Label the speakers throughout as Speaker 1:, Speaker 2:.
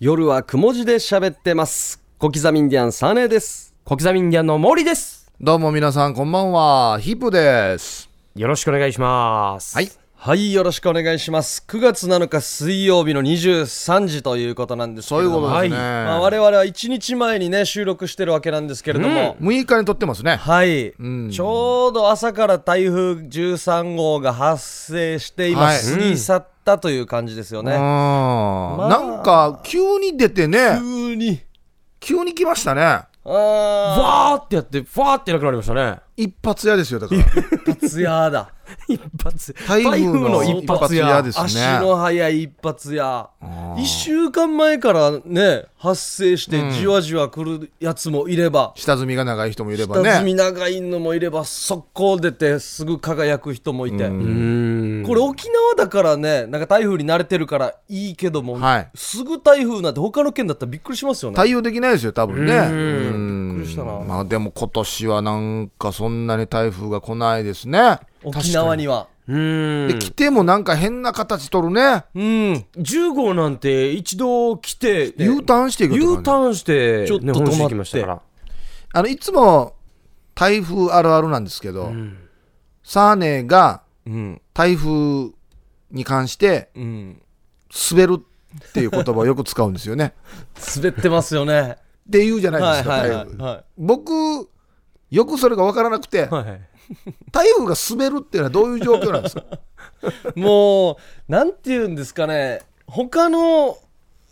Speaker 1: 夜はくも字で喋ってます。小刻みインディアンサネです。
Speaker 2: 小刻みインディアンの森です。
Speaker 3: どうも皆さんこんばんはヒップです
Speaker 2: よろしくお願いします。
Speaker 3: はい。
Speaker 1: はい、よろしくお願いします。9月7日水曜日の23時ということなんですけ
Speaker 3: そう
Speaker 1: れ
Speaker 3: い
Speaker 1: ど
Speaker 3: う
Speaker 1: も。
Speaker 3: ことですね、
Speaker 1: まあ、我々は1日前にね、収録してるわけなんですけれども。
Speaker 3: 6日に撮ってますね
Speaker 1: はい、
Speaker 3: ん
Speaker 1: ちょうど朝から台風13号が発生して今、
Speaker 3: はい
Speaker 1: 過ぎ去ったという感じですよ
Speaker 3: うん
Speaker 1: ね、あ
Speaker 3: なんか急に出てね
Speaker 1: 急に
Speaker 3: 急に来ましたね
Speaker 1: あ
Speaker 2: わーってやって、わーってなくなりましたね。
Speaker 3: 一発屋ですよだから
Speaker 1: ーツヤだ
Speaker 2: 一発。
Speaker 3: 台風の一発屋です
Speaker 1: 足
Speaker 3: ね
Speaker 1: の速い一発や1週間前からね発生してじわじわ来るやつもいれば、
Speaker 3: 下積みが長い人もいれば
Speaker 1: 下積み
Speaker 3: ね
Speaker 1: 長いのもいれば速攻出てすぐ輝く人もいて、
Speaker 2: うーん。
Speaker 1: これ沖縄だからねなんか台風に慣れてるからいいけども、
Speaker 3: はい
Speaker 1: すぐ台風なんて他の県だったらびっくりしますよね
Speaker 3: 対応できないですよ多分ねうん
Speaker 1: びっくりしたな
Speaker 3: まあでも今年はなんかそんなに台風が来ないですね
Speaker 1: 沖縄には
Speaker 2: うー
Speaker 3: で
Speaker 2: ん。
Speaker 3: 来てもなんか変な形取るね
Speaker 1: うん
Speaker 2: 10号なんて一度来て、
Speaker 3: U ターンしていくとかね
Speaker 2: U ターンして、
Speaker 1: ちょっと
Speaker 2: ね
Speaker 1: 止まって
Speaker 2: 本州行きましたから。
Speaker 3: あのいつも台風あるあるなんですけど、サーネが
Speaker 1: うん
Speaker 3: 台風に関して
Speaker 1: うん
Speaker 3: 滑るっていう言葉をよく使うんです よね。
Speaker 1: 滑ってますよね
Speaker 3: っていうじゃないで
Speaker 1: はい
Speaker 3: すか、
Speaker 1: はい
Speaker 3: 台
Speaker 1: は
Speaker 3: 風
Speaker 1: い、は
Speaker 3: 僕よくそれが分からなくて、
Speaker 2: はい。
Speaker 3: 台風が滑るっていうのはどういう状況なんです か
Speaker 1: い、もうなんて言うんですかね他の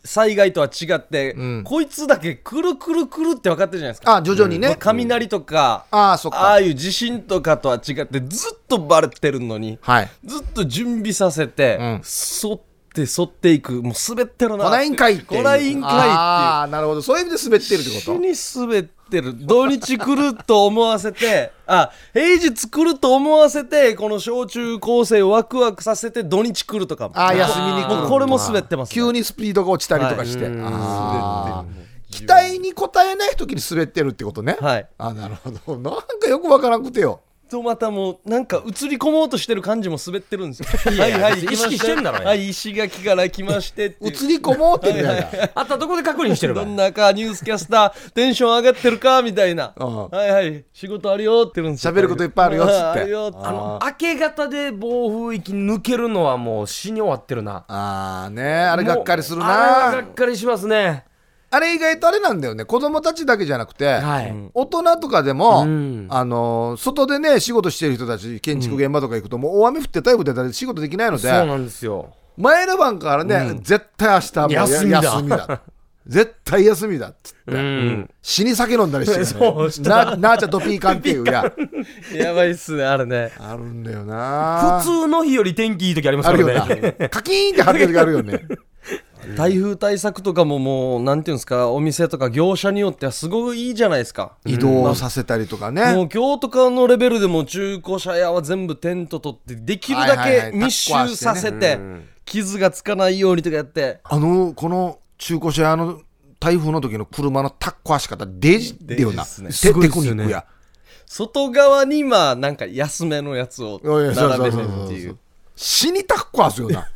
Speaker 1: 災害とは違って、
Speaker 3: うん
Speaker 1: こいつだけくるくるくるって分かってるじゃないですか
Speaker 3: あ徐々にね、
Speaker 1: 雷とか、
Speaker 3: ああそっ
Speaker 1: あ
Speaker 3: か
Speaker 1: あいう地震とかとは違ってずっとバレてるのに
Speaker 3: はい
Speaker 1: ずっと準備させて、
Speaker 3: うん
Speaker 1: そってそっていくもう滑ってるな
Speaker 3: 来ないんかいっていう
Speaker 1: 来ないんかいっていう
Speaker 3: ああなるほどそういう意味で滑ってるって
Speaker 1: 一緒
Speaker 3: こ
Speaker 1: に滑ってる土日来ると思わせてあ平日来ると思わせてこの小中高生をワクワクさせて土日来るとかも
Speaker 3: とああ休みに来る
Speaker 1: もうこれも滑ってますね、
Speaker 3: 急にスピードが落ちたりとかして、
Speaker 2: はい
Speaker 3: あー期待に応えない時に滑ってるってことね、
Speaker 1: はい
Speaker 3: あなるほどなんかよくわからなくてよ
Speaker 1: とまたもうなんか映り込もうとしてる感じも滑ってるんですよ
Speaker 2: いやいや
Speaker 1: はいはい
Speaker 2: 別に
Speaker 1: 来ま
Speaker 2: 意識してんだろうよ
Speaker 1: はい石垣から来ましてってい
Speaker 3: 映
Speaker 1: う
Speaker 3: り込もうってやだ
Speaker 2: あったとこで確認してるか
Speaker 1: ど
Speaker 2: ら
Speaker 1: ん。なかニュースキャスターテンション上がってるかみたいな
Speaker 3: うん
Speaker 1: はいはい仕事あるよって言うんですよ
Speaker 3: 喋ることいっぱいあるよっつって
Speaker 1: うんあるよって
Speaker 2: あの、明け方で暴風域抜けるのはもう死に終わってるな。
Speaker 3: ああねあ
Speaker 2: あ
Speaker 3: れがっかりする
Speaker 2: あれ
Speaker 3: な
Speaker 2: はがっかりしますね。
Speaker 3: あれ意外とあれなんだよね子供たちだけじゃなくて、
Speaker 2: はい。
Speaker 3: 大人とかでも、
Speaker 2: うん
Speaker 3: あのー外でね仕事してる人たち建築現場とか行くと、もう大雨降って台風で誰仕事できないの
Speaker 2: そ
Speaker 3: で
Speaker 2: うなんですよ。
Speaker 3: 前の晩からね、絶対明日もうや
Speaker 2: 休みだ
Speaker 3: 休みだ絶対休みだっつって
Speaker 2: うん。
Speaker 3: 死に酒飲んだりしてるよね、
Speaker 2: そう し
Speaker 3: ななあちゃんとピーカンっていうや
Speaker 1: やばいっすねあれね
Speaker 3: あるんだよな
Speaker 2: 普通の日より天気いい時あります
Speaker 3: あ
Speaker 2: か
Speaker 3: るよな
Speaker 2: らね。
Speaker 3: カキーンって張る時あるよね
Speaker 1: 台風対策とかももうなんていうんですかお店とか業者によってはすごいいいじゃないですか
Speaker 3: 移動させたりとかね、
Speaker 1: もう今日とかのレベルでも中古車屋は全部テント取ってできるだ
Speaker 3: はいはいは
Speaker 1: け
Speaker 3: い
Speaker 1: 密集させて傷がつかないようにとかやって
Speaker 3: あのこの中古車屋の台風の時の車のタッコ足方デジだよな、
Speaker 1: デジっ
Speaker 2: すね
Speaker 3: テテクニックや
Speaker 1: 外側にまあなんか安めのやつを
Speaker 3: いやいやそう
Speaker 1: 並べ
Speaker 3: そう
Speaker 1: て
Speaker 3: そ
Speaker 1: る
Speaker 3: うそう
Speaker 1: っていう
Speaker 3: 死にタッコ足よな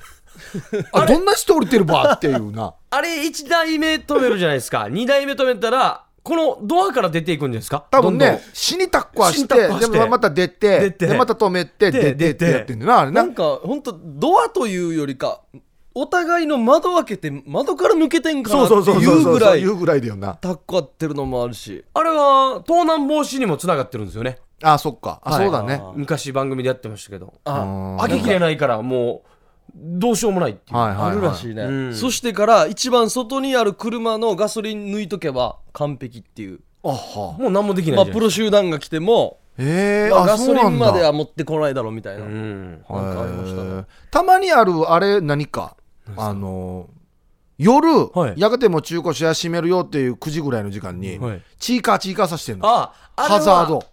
Speaker 3: あどんな人降りてるばっていうな
Speaker 2: あれ、1台目止めるじゃないですか。2台目止めたら、このドアから出ていくんですか
Speaker 3: 多分
Speaker 2: どん
Speaker 3: ね
Speaker 2: どん
Speaker 3: 死にタッコ足して
Speaker 2: 死にタッコ足して
Speaker 3: でもまた出て
Speaker 2: 出て
Speaker 3: でまた止めて
Speaker 2: で
Speaker 3: 出てって
Speaker 2: 出
Speaker 3: てやってんだよなあれ
Speaker 1: な
Speaker 3: なん
Speaker 1: か本当ドアというよりかお互いの窓開けて窓から抜けてんかなっていうぐらい
Speaker 3: 言うぐらいだよな
Speaker 1: タッコ合ってるのもあるし
Speaker 2: あれは、盗難防止にもつながってるんですよね。
Speaker 3: あそっかあ
Speaker 2: はい
Speaker 3: そうだね
Speaker 1: あ
Speaker 2: 昔番組でやってましたけど。
Speaker 1: あ
Speaker 2: 開けきれないから、もう、どうしようもないっていう。
Speaker 3: はいはい
Speaker 1: あ
Speaker 3: はい
Speaker 1: るらしいね、
Speaker 2: うん
Speaker 1: そしてから一番外にある車のガソリン抜いとけば完璧っていう
Speaker 3: あは
Speaker 2: もう何もできな
Speaker 1: まあ
Speaker 2: いじゃ
Speaker 1: プ
Speaker 2: ないで
Speaker 1: ロ集団が来ても、
Speaker 3: ええ
Speaker 1: まあ
Speaker 3: あ
Speaker 1: ガ
Speaker 3: そ
Speaker 1: ソ
Speaker 3: う
Speaker 1: リ
Speaker 3: なん
Speaker 1: ンまで
Speaker 3: だ
Speaker 1: は持ってこないだろうみたいな、
Speaker 2: すか。うん。
Speaker 1: なんかありましたね
Speaker 3: へーたまにあるあれ何かあのー夜、
Speaker 2: はい
Speaker 3: やがてもう中古車屋閉めるよっていう9時ぐらいの時間に、
Speaker 2: はい
Speaker 3: チーカーチーカーさしてるの
Speaker 2: あ、あれは
Speaker 3: ハザード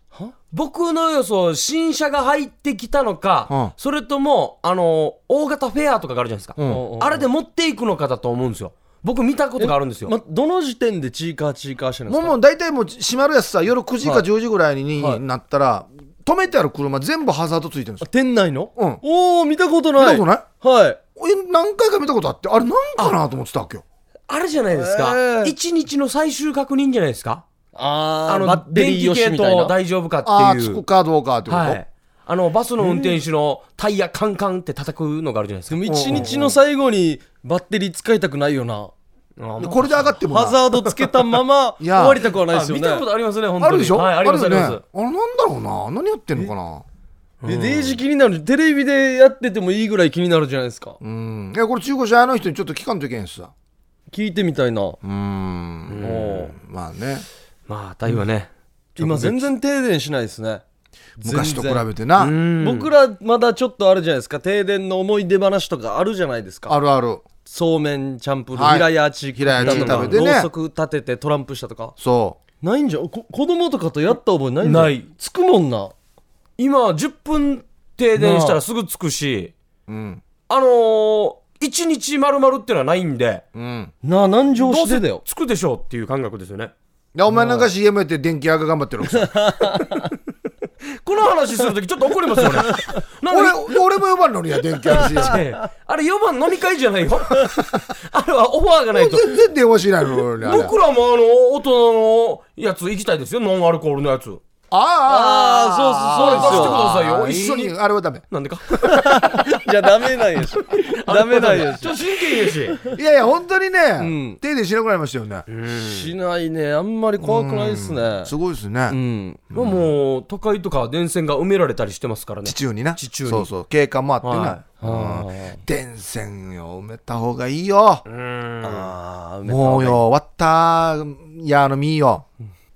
Speaker 2: 僕の予想、新車が入ってきたのか、
Speaker 3: うん
Speaker 2: それとも、あの、大型フェアとかがあるじゃないですか。
Speaker 3: う
Speaker 1: お
Speaker 3: ん
Speaker 1: うおう
Speaker 2: あれで持っていくのかだと思うんですよ。僕見たことがあるんですよ。
Speaker 1: まどの時点でチーカーチーカーしてるんで
Speaker 3: もう
Speaker 1: すか
Speaker 3: もう大体もう閉まるやつさ夜9時か
Speaker 1: はい
Speaker 3: 10時ぐらいに
Speaker 1: はい
Speaker 3: なったら、止めてある車全部ハザードついてるんですよ
Speaker 1: 店内の、
Speaker 3: うん
Speaker 1: おお見たことない
Speaker 3: 見たことない
Speaker 1: はい
Speaker 3: 俺何回か見たことあってあれなんかなと思ってたわけよ
Speaker 2: あれじゃないですか、
Speaker 1: ええ
Speaker 2: 一日の最終確認じゃないですか
Speaker 1: あー
Speaker 2: あの
Speaker 1: バッテリー
Speaker 2: 電
Speaker 1: よ
Speaker 2: 気
Speaker 1: し
Speaker 2: 系
Speaker 1: みたい
Speaker 2: 統
Speaker 1: な
Speaker 2: 大丈夫か
Speaker 3: ああ、
Speaker 2: ってい
Speaker 3: つく
Speaker 2: う
Speaker 3: かどうかってこと、
Speaker 2: はい、あのバスの運転手のタイヤカンカンって叩くのがあるじゃないです
Speaker 1: で
Speaker 2: か
Speaker 1: も一日の最後にバッテリー使いたくないよな
Speaker 2: あ
Speaker 3: これで上がってもな
Speaker 1: ハザードつけたまま
Speaker 3: い
Speaker 1: 終
Speaker 3: や
Speaker 1: わりたくはないで
Speaker 2: あ
Speaker 1: すよ
Speaker 2: 見
Speaker 1: ね
Speaker 2: たことありますね本当に
Speaker 3: あるでしょ、
Speaker 2: はい、ありますあ
Speaker 3: る
Speaker 2: り
Speaker 3: よね。
Speaker 2: ま
Speaker 3: あ
Speaker 2: す、
Speaker 3: れなんだろうな何やってんのかな
Speaker 1: えデイジ気になるテレビでやっててもいいぐらい気になるじゃないですか
Speaker 3: うん。いや、これ中古車屋の人にちょっと聞かんといけんしさ。
Speaker 1: 聞いてみたいなお
Speaker 3: うーん。
Speaker 1: ー
Speaker 3: まあね。
Speaker 2: まあ台風はね、
Speaker 1: 今全然停電しないですね
Speaker 3: 昔と比
Speaker 1: 全然
Speaker 3: べてな。
Speaker 1: 僕らまだちょっとあるじゃないですか停電の思い出話とかあるじゃないですか
Speaker 3: あるある。
Speaker 1: そうめんチャンプル
Speaker 3: はい
Speaker 1: ー平屋アーチ食ったとか
Speaker 3: 平屋アーチ食べてね
Speaker 1: ろうそく立ててトランプしたとか
Speaker 3: そ
Speaker 1: ないんじゃんこ子供とかとやった覚えないんじゃん
Speaker 2: ない
Speaker 1: つくもんな
Speaker 2: 今10分停電したらすぐ着くし
Speaker 3: う。うん。
Speaker 2: あのー、1日丸々っていうのはないんで
Speaker 3: うん。
Speaker 1: なあ南城
Speaker 2: どう
Speaker 1: して
Speaker 2: せ
Speaker 1: だよ
Speaker 2: 着くでしょうっていう感覚ですよね
Speaker 3: でお前なんか CM やって電気屋が頑張ってるわけさ
Speaker 2: この話するときちょっと怒りますよねな ん
Speaker 3: 俺
Speaker 2: か
Speaker 3: 俺も呼ばんのにや電気屋の CM
Speaker 2: ええあれ4番飲み会じゃないよ あれはオファーがないと
Speaker 3: 全然電話しないの俺あれ
Speaker 2: 僕らもあの大人のやつ行きたいですよノンアルコールのやつ
Speaker 3: ああああ
Speaker 1: あーそうそう
Speaker 2: そうですよ
Speaker 3: あーいいあれはダメ
Speaker 2: なんでか
Speaker 1: いやダメなん やしダメなんや
Speaker 2: ちょっと真剣やし
Speaker 3: いやいや本当にね
Speaker 1: ん
Speaker 3: 手でしなくなりましたよね
Speaker 1: ししないねあんまり怖くないですね
Speaker 3: すごいです
Speaker 1: う
Speaker 3: ね
Speaker 1: ん
Speaker 2: もう都会とか電線が埋められたりしてますからね
Speaker 3: 地中にな
Speaker 2: 地中に
Speaker 3: そうそう景観もあってな
Speaker 1: は
Speaker 3: うん電線を埋めた方がいい
Speaker 1: あ
Speaker 3: よ
Speaker 1: あ
Speaker 3: もうよ終わったやのみーよ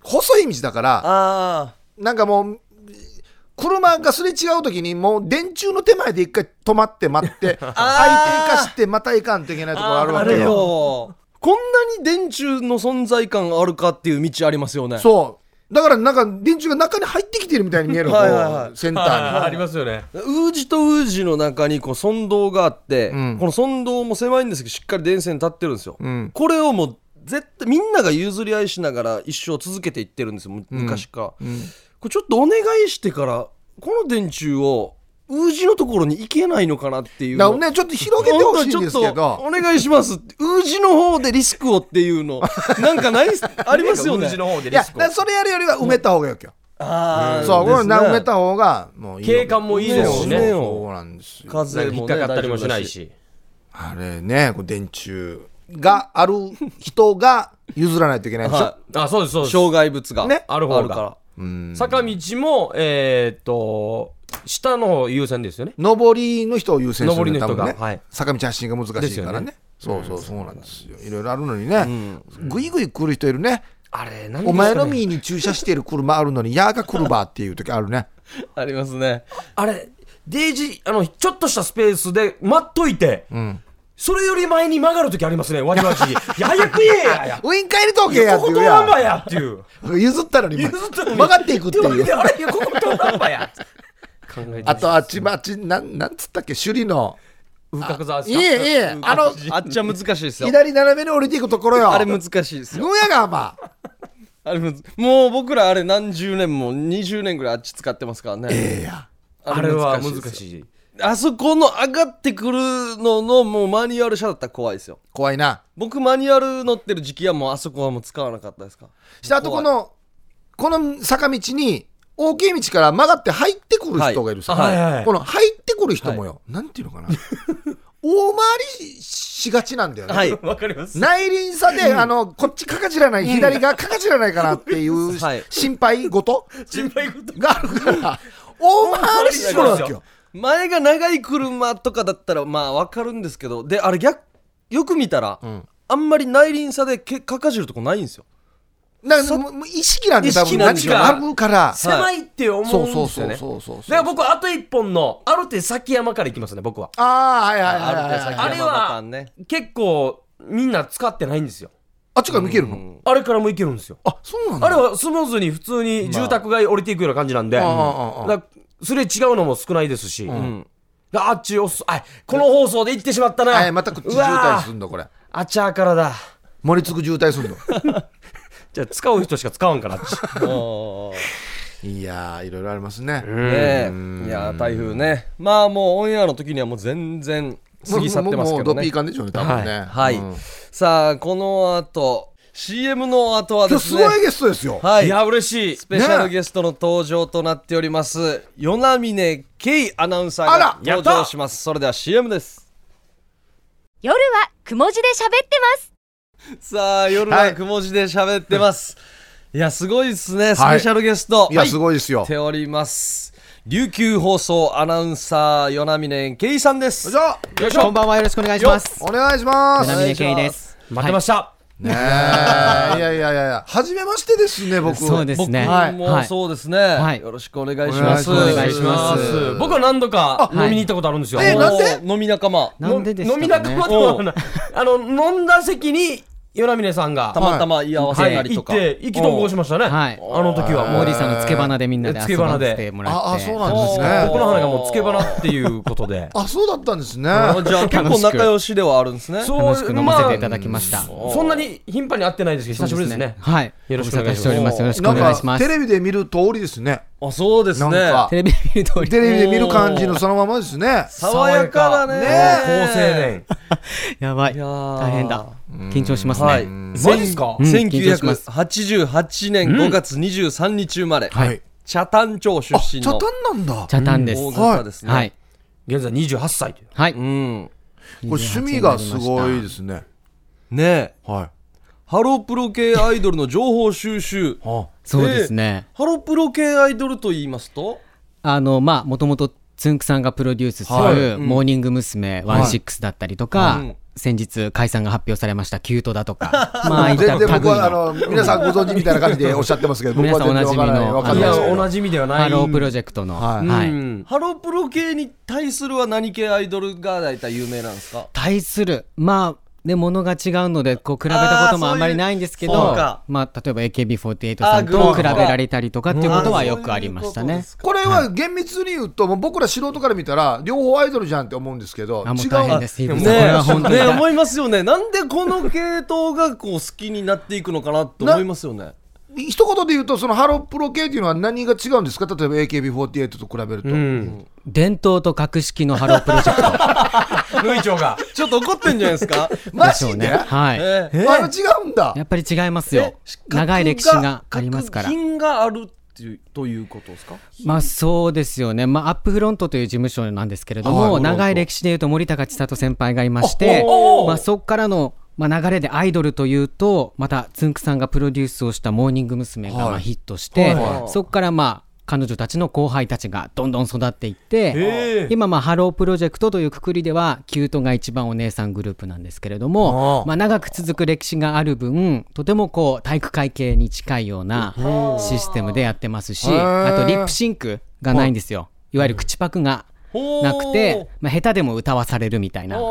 Speaker 3: 細い道だから
Speaker 1: あ
Speaker 3: なんかもう車がすれ違う時にもう電柱の手前で一回止まって待 って相手
Speaker 1: あー
Speaker 3: 生かしてまた行かんといけないところある
Speaker 1: ああ
Speaker 3: わけ
Speaker 1: る
Speaker 3: よ
Speaker 1: よこんなに電柱の存在感あるかっていう道ありますよね
Speaker 3: そうだからなんか電柱が中に入ってきてるみたいに見える
Speaker 1: はいはいはい
Speaker 3: こうセンターに
Speaker 2: あありますよね
Speaker 1: ウージとウージの中にこう村道があって、
Speaker 3: うん
Speaker 1: この村道も狭いんですけどしっかり電線立ってるんですよ、
Speaker 3: うん
Speaker 1: これをもう絶対みんなが譲り合いしながら一生続けていってるんですよむ昔から、これちょっとお願いしてからこの電柱をウージのところに行けないのかなっていう
Speaker 3: だ
Speaker 1: の
Speaker 3: からねちょっと広げてほしいんですけ
Speaker 1: ちょっと
Speaker 3: ど
Speaker 1: お願いしますってウージの方でリスクをっていうのなんかないっすありますよね
Speaker 2: なんかうじの方で
Speaker 3: い
Speaker 2: リ
Speaker 3: やだ
Speaker 2: スクを
Speaker 3: からそれやるよりは埋めた方がいいわけよ
Speaker 1: ああ
Speaker 3: そうこれ
Speaker 1: ですね
Speaker 3: 埋めた方がもういいわけ
Speaker 2: 景観もいいですし
Speaker 1: ね
Speaker 3: そうそうなんですよ
Speaker 1: 風も、ね、
Speaker 2: 引っかかったりもしな
Speaker 1: 大
Speaker 2: い
Speaker 1: 丈夫だ
Speaker 2: し
Speaker 3: あれねこう電柱がある人が譲らないといけないでしょ
Speaker 1: は
Speaker 2: あそうですそうです
Speaker 1: 障害物が、
Speaker 3: ね
Speaker 2: ある方が
Speaker 1: から
Speaker 3: うん
Speaker 2: 坂道もえーっと下の方優先ですよね
Speaker 3: 上りの人を優先する
Speaker 2: 上り
Speaker 3: ね
Speaker 2: の
Speaker 3: 多
Speaker 2: 人
Speaker 3: 分
Speaker 2: が
Speaker 3: ね、
Speaker 2: はい
Speaker 3: 坂道発進が難しいからねそうそうそうなんですよいろいろあるのにねぐいぐい来る人いるね
Speaker 2: あれ何ですかね
Speaker 3: お前の身に駐車してる車あるのにやーが車っていう時あるね
Speaker 1: ありますね
Speaker 2: あれデイジーあのちょっとしたスペースで待っといて、それより前に曲がるときありますねわちわちいや早く言えやや
Speaker 3: ウインカー入れとけやって
Speaker 2: ここ
Speaker 3: い
Speaker 2: 通
Speaker 3: う
Speaker 2: らんば
Speaker 3: や
Speaker 2: やっていう
Speaker 3: 譲ったのに
Speaker 2: 譲ったのに
Speaker 3: 曲がっていくって
Speaker 2: で
Speaker 3: いう
Speaker 2: であれいやここ通らんばや 考えて
Speaker 3: あとあっちまあっちなんなんつったっけ首里の
Speaker 2: 風格座です
Speaker 3: いえい
Speaker 2: か
Speaker 3: えあの
Speaker 1: あっちゃ難しいですよ
Speaker 3: 左斜めに降りていくところよ
Speaker 1: あれ難しいですよ
Speaker 3: のやがま
Speaker 1: あれむずもう僕らあれ何十年も20年ぐらいあっち使ってますからね
Speaker 3: ええや
Speaker 2: あれは難
Speaker 1: 難しいですよ
Speaker 2: しい
Speaker 1: あそこの上がってくるののもうマニュアル車だったら怖いですよ
Speaker 3: 怖いな
Speaker 1: 僕マニュアル乗ってる時期はもうあそこはもう使わなかったですか
Speaker 3: したあとこのこの坂道に大きい道から曲がって入ってくる人がいるさ、
Speaker 1: はい
Speaker 2: はいはい
Speaker 3: この入ってくる人もよ、なんていうのかな大回りしがちなんだよね、
Speaker 1: はい
Speaker 2: わかります
Speaker 3: 内輪差で、あのこっちかかじらない左がかかじらないかなっていう
Speaker 1: はい
Speaker 3: 心配事
Speaker 2: 心配事
Speaker 3: があるから大回りしてくるわけよ
Speaker 1: 前が長い車とかだったらまあわかるんですけどであれ逆よく見たら、
Speaker 3: ん
Speaker 1: あんまり内輪差でけかかじるとこないんですよ
Speaker 3: なんかもうもう意識なんで多
Speaker 1: 意識
Speaker 3: 分
Speaker 1: なん
Speaker 3: 何
Speaker 1: で
Speaker 3: かあるからそ
Speaker 2: 狭いって思うん
Speaker 3: うそう
Speaker 2: です
Speaker 3: そ
Speaker 2: よ
Speaker 3: う
Speaker 2: ね
Speaker 3: そうそう
Speaker 2: だから僕あと一本のある手先山から行きますね僕は
Speaker 3: ああはいはいはいはいは
Speaker 1: ある
Speaker 3: い
Speaker 2: あれ
Speaker 1: 手先山パタ
Speaker 2: は
Speaker 1: ーンね
Speaker 2: 結構みんな使ってないんですよ
Speaker 3: あっちから向けるの、
Speaker 2: あれからも行けるんですよ
Speaker 3: あそうなんだ
Speaker 2: あれはスムーズに普通に住宅街降りていくような感じなんで、
Speaker 3: ああああ
Speaker 2: だからすれ違うのも少ないですし、
Speaker 1: ん
Speaker 2: だからあっちおすあこの放送で行ってしまったな、
Speaker 3: はいまたこっち渋滞す
Speaker 2: る
Speaker 3: んだこれ
Speaker 2: あちゃーからだ
Speaker 3: 盛りつく渋滞すんの
Speaker 2: じゃあ使う人しか使わんからあっち
Speaker 1: あー
Speaker 3: いやーいろいろありますね
Speaker 1: ねえいや台風ねまあもうオンエアの時にはもう全然過ぎ去ってます
Speaker 3: も
Speaker 1: け
Speaker 3: う
Speaker 1: ど
Speaker 3: ドピ
Speaker 1: ね
Speaker 3: ーカンでしょうね多分ね
Speaker 1: はい、
Speaker 3: うん
Speaker 1: さあこの後 CM の後はで
Speaker 3: 今日
Speaker 1: す
Speaker 3: す
Speaker 1: ね
Speaker 3: ごいゲストですよ
Speaker 1: はいい
Speaker 2: や、嬉し
Speaker 1: スペシャルゲストの登場となっております与那峰圭アナウンサー
Speaker 3: あ
Speaker 1: が
Speaker 3: ら
Speaker 1: 登場しますそれでは CM です
Speaker 4: 夜はくも字で喋ってます
Speaker 1: さあ夜
Speaker 3: は
Speaker 1: はいくも字で喋ってます、い、やすごいですねス
Speaker 3: はい
Speaker 1: ペシャルゲスト、
Speaker 3: いやすごいですよ
Speaker 1: ております琉球放送アナウンサー与那峰圭さんで
Speaker 3: よい
Speaker 1: す
Speaker 3: しょ
Speaker 2: い。よいし
Speaker 5: こ
Speaker 2: ょ
Speaker 5: んばんはよろしくお願いします。
Speaker 3: お願いしま
Speaker 5: 小
Speaker 3: す
Speaker 5: 田
Speaker 1: よ
Speaker 5: 峰圭です。
Speaker 2: 待ってました。
Speaker 3: ねえいやいやいやいや初めましてですね僕
Speaker 5: そうですね。
Speaker 1: 僕も
Speaker 5: はい
Speaker 1: そうですね、
Speaker 5: い
Speaker 1: よろしくお願いします
Speaker 3: お
Speaker 5: 願いしま
Speaker 2: お
Speaker 5: す
Speaker 2: 願いしま僕は何度か飲みに行ったことあるんですよ。
Speaker 3: え
Speaker 1: おー
Speaker 3: なんで
Speaker 1: 飲み仲間
Speaker 5: な
Speaker 2: の
Speaker 5: んでですかね
Speaker 2: 飲み仲間とはなあの飲んだ席に与那峰さんが
Speaker 1: たまたま居合わせなり
Speaker 2: 行
Speaker 1: と
Speaker 2: っ
Speaker 1: か、
Speaker 2: て意気投合しましたね、
Speaker 5: はい
Speaker 2: あの時は
Speaker 5: モ
Speaker 2: も
Speaker 5: ー
Speaker 2: う
Speaker 5: リーさんのつけ花でみんなで遊ばせてもらって。
Speaker 3: ああそうなん
Speaker 1: で
Speaker 3: ですす
Speaker 1: ね
Speaker 3: ね
Speaker 2: 僕の花がもうつけ花っていうことで
Speaker 3: あそうだったんですね
Speaker 1: あじゃあ結構仲良しではあるんですね
Speaker 2: そう
Speaker 5: 楽しく飲ませていただきました。
Speaker 2: まあそんなに頻繁に会ってないですけど久しぶりですね
Speaker 5: はい。
Speaker 2: よろしくお願いします
Speaker 5: ご無沙汰ております。よろしく
Speaker 3: な
Speaker 5: お
Speaker 3: ん
Speaker 5: 願いしま
Speaker 3: か
Speaker 5: す
Speaker 3: テ。レビで見る通りですね
Speaker 1: あそうですね
Speaker 3: なんか
Speaker 5: テレビ見る通り。
Speaker 3: テレビで見る感じのそのままですね
Speaker 1: 爽やかだね
Speaker 2: 爽やかね
Speaker 5: やばい。
Speaker 1: いやー
Speaker 5: 大変だ。緊張します
Speaker 1: はい
Speaker 5: ね。
Speaker 2: 高青年マジっすか
Speaker 5: うん緊張します
Speaker 1: 1988年5月23日生まれ、
Speaker 3: はい
Speaker 1: 北谷町出
Speaker 3: あ
Speaker 1: 身
Speaker 3: 茶
Speaker 1: の
Speaker 3: 炭なんだ
Speaker 5: チャタンです。
Speaker 1: 大型ですね、。
Speaker 5: はい。
Speaker 2: 現在28歳という
Speaker 5: はいう。
Speaker 1: ん
Speaker 3: これ趣味がすごいですすね
Speaker 1: ねえ
Speaker 3: は
Speaker 1: ハロプロ系アイドルの情報収集
Speaker 3: いは
Speaker 5: そうですね。
Speaker 1: ハロプロ系アイドルと言いますと
Speaker 5: あのまあもともとつんくさんがプロデュースす
Speaker 3: はい
Speaker 5: る「モーニング娘。ワンシックスだったりとか、
Speaker 1: うん
Speaker 5: 先日解散が発表されました「キュートだとかまあい っ
Speaker 3: 全
Speaker 5: た
Speaker 3: 然僕
Speaker 5: 類
Speaker 3: はあ
Speaker 5: の
Speaker 3: の皆さんご存知みたいな感じでおっしゃってますけど僕は全然わからないわか
Speaker 5: あ
Speaker 3: ん
Speaker 2: い
Speaker 3: ないで
Speaker 2: や
Speaker 3: すけ
Speaker 2: お
Speaker 3: ど
Speaker 2: なじみではない
Speaker 5: ハロープロジェクトの、
Speaker 3: はい
Speaker 5: はい
Speaker 2: うん
Speaker 1: ハロプロ系に対するは何系アイドルが大体有名なんですか
Speaker 5: 対するまあね物が違うのでこう比べたこともあんまりないんですけ
Speaker 1: あーそういう
Speaker 5: ど
Speaker 1: そうか
Speaker 5: まあ例えば AKB48 さん
Speaker 1: あーグロ
Speaker 5: と
Speaker 1: ー
Speaker 5: 比
Speaker 1: ブ
Speaker 5: べ
Speaker 1: が
Speaker 5: られたりとかっていうことは
Speaker 1: あー
Speaker 5: よくありました
Speaker 1: そういう
Speaker 5: ね
Speaker 1: こ。
Speaker 3: これは厳密に言うともう僕ら素人から見たら両方アイドルじゃんって思うんですけど
Speaker 5: あも
Speaker 3: 違
Speaker 5: う
Speaker 3: う
Speaker 5: 大変です。
Speaker 1: とでも
Speaker 5: ヒープ
Speaker 1: ね
Speaker 5: さんこれは本当に
Speaker 1: ね
Speaker 5: 大
Speaker 1: 思いますよねなんでこの系統がこう好きになっていくのかなって思いますよね
Speaker 3: 一言で言うとそのハロプロ系っていうのは何が違うんですか例えば AKB48 と比べると、
Speaker 2: うん
Speaker 5: 伝統と格式のハロープロジェクト
Speaker 2: 縫い長が
Speaker 1: ちょっと怒ってんじゃないです か、
Speaker 3: マ
Speaker 5: でし
Speaker 3: ジ
Speaker 5: ょう
Speaker 3: で、
Speaker 5: ね。はい、
Speaker 1: ええ
Speaker 3: あれ違うんだ
Speaker 5: やっぱり違いますよ
Speaker 1: え
Speaker 5: 長い歴史がありますから
Speaker 1: 格品があるっていうということですか
Speaker 5: まあそうですよね、まあ、アップフロントという事務所なんですけれど
Speaker 3: は
Speaker 5: も、
Speaker 3: い
Speaker 5: 長い歴史でいうと森高千里先輩がいまして
Speaker 2: おお、
Speaker 5: まあ、そこからの、まあ、流れでアイドルというとまたつんくさんがプロデュースをした「モーニング娘。」がまあヒットして、
Speaker 1: はい
Speaker 5: そこからまあ彼女たちの後輩たちがどんどん育っていって
Speaker 2: え
Speaker 5: 今まあハロープロジェクトというくくりではキュートが一番お姉さんグループなんですけれどもまあ長く続く歴史がある分とてもこう体育会系に近いようなシステムでやってますし
Speaker 3: へ
Speaker 5: あ
Speaker 3: ー
Speaker 5: とリップシンクがないんですよいわゆる口パクがなくてまあ下手でも歌わされるみたいなと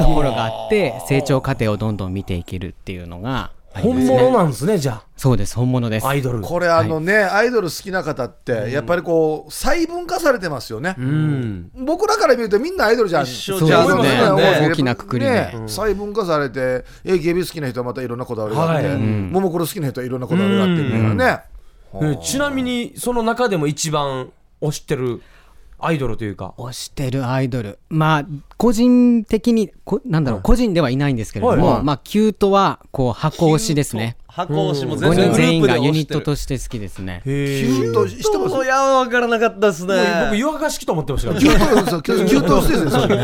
Speaker 5: ころがあって成長過程をどんどん見ていけるっていうのがありま
Speaker 2: 本
Speaker 5: すね
Speaker 2: 物なんですねじゃ
Speaker 5: そうです本物です
Speaker 2: あアイドル
Speaker 3: これあのね、アイドル好きな方ってやっぱりこう細分化されてますよね、
Speaker 2: うん
Speaker 3: 僕らから見るとみんなアイドルじゃん
Speaker 1: 一緒
Speaker 5: そう
Speaker 1: じゃん
Speaker 5: ですね
Speaker 1: そうですね
Speaker 5: 大きな括りで
Speaker 3: ね細分化されて AKB 好きな人はまたいろんなこだわりがあって、
Speaker 2: はい
Speaker 5: ん
Speaker 3: ももクロ好きな人はいろんなこだわりがあってみたいなね、
Speaker 2: えちなみにその中でも一番推してるアイドルというか
Speaker 5: 推してるアイドルまあ個人的にこなんだろう、個人ではいないんですけれども、
Speaker 2: はいはい
Speaker 5: まあキュートはこう箱推しですね
Speaker 1: 箱推しも
Speaker 5: 5
Speaker 1: 全然グ
Speaker 5: 人
Speaker 1: ル
Speaker 5: 全
Speaker 1: ー
Speaker 5: 員
Speaker 1: プで
Speaker 5: がユ
Speaker 1: 推
Speaker 5: ニッ
Speaker 1: して
Speaker 5: ト
Speaker 1: る
Speaker 5: として好きですね
Speaker 3: キュートしてます
Speaker 1: いや分からなかったですね
Speaker 2: もう僕夜明かしきと思ってましたから
Speaker 3: キ
Speaker 2: ね
Speaker 3: ュートそうキュートキュートしてるんですよね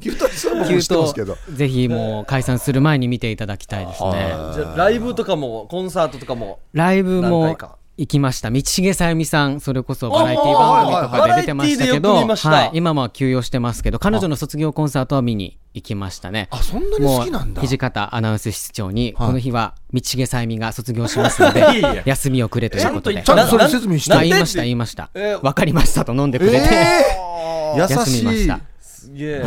Speaker 3: キュートしてるの
Speaker 5: キ
Speaker 3: 僕
Speaker 5: ュ
Speaker 3: 知ってます
Speaker 5: ー
Speaker 3: けど
Speaker 5: トぜひもう解散する前に見ていただきたいですね
Speaker 1: じゃあライブとかもコンサートとかも
Speaker 5: ライブ
Speaker 1: 何回
Speaker 5: も
Speaker 1: か
Speaker 5: 行きました道重さゆみさんそれこそバラエティ番組とかで出てましたけ
Speaker 1: あはい
Speaker 5: ど
Speaker 1: はいはいバラエティでよく見ました
Speaker 5: はい、今もは休養してますけど彼女の卒業コンサートは見に行きましたね
Speaker 3: あそんなに
Speaker 5: も
Speaker 3: 好
Speaker 5: う
Speaker 3: きなんだ
Speaker 5: 土方アナウンス室長に、この日は道重さゆみが卒業しますので
Speaker 2: いや
Speaker 5: 休みをくれということで
Speaker 1: ちゃんと言っ
Speaker 3: ちゃんとそれ説明し
Speaker 5: あ
Speaker 3: た
Speaker 1: な
Speaker 5: 言い
Speaker 1: なんで
Speaker 5: ました言いました、
Speaker 1: えー
Speaker 5: 分かりましたと飲んでくれて、
Speaker 3: えー、優
Speaker 5: 休
Speaker 3: し
Speaker 5: みま
Speaker 3: い
Speaker 5: した
Speaker 1: すげえ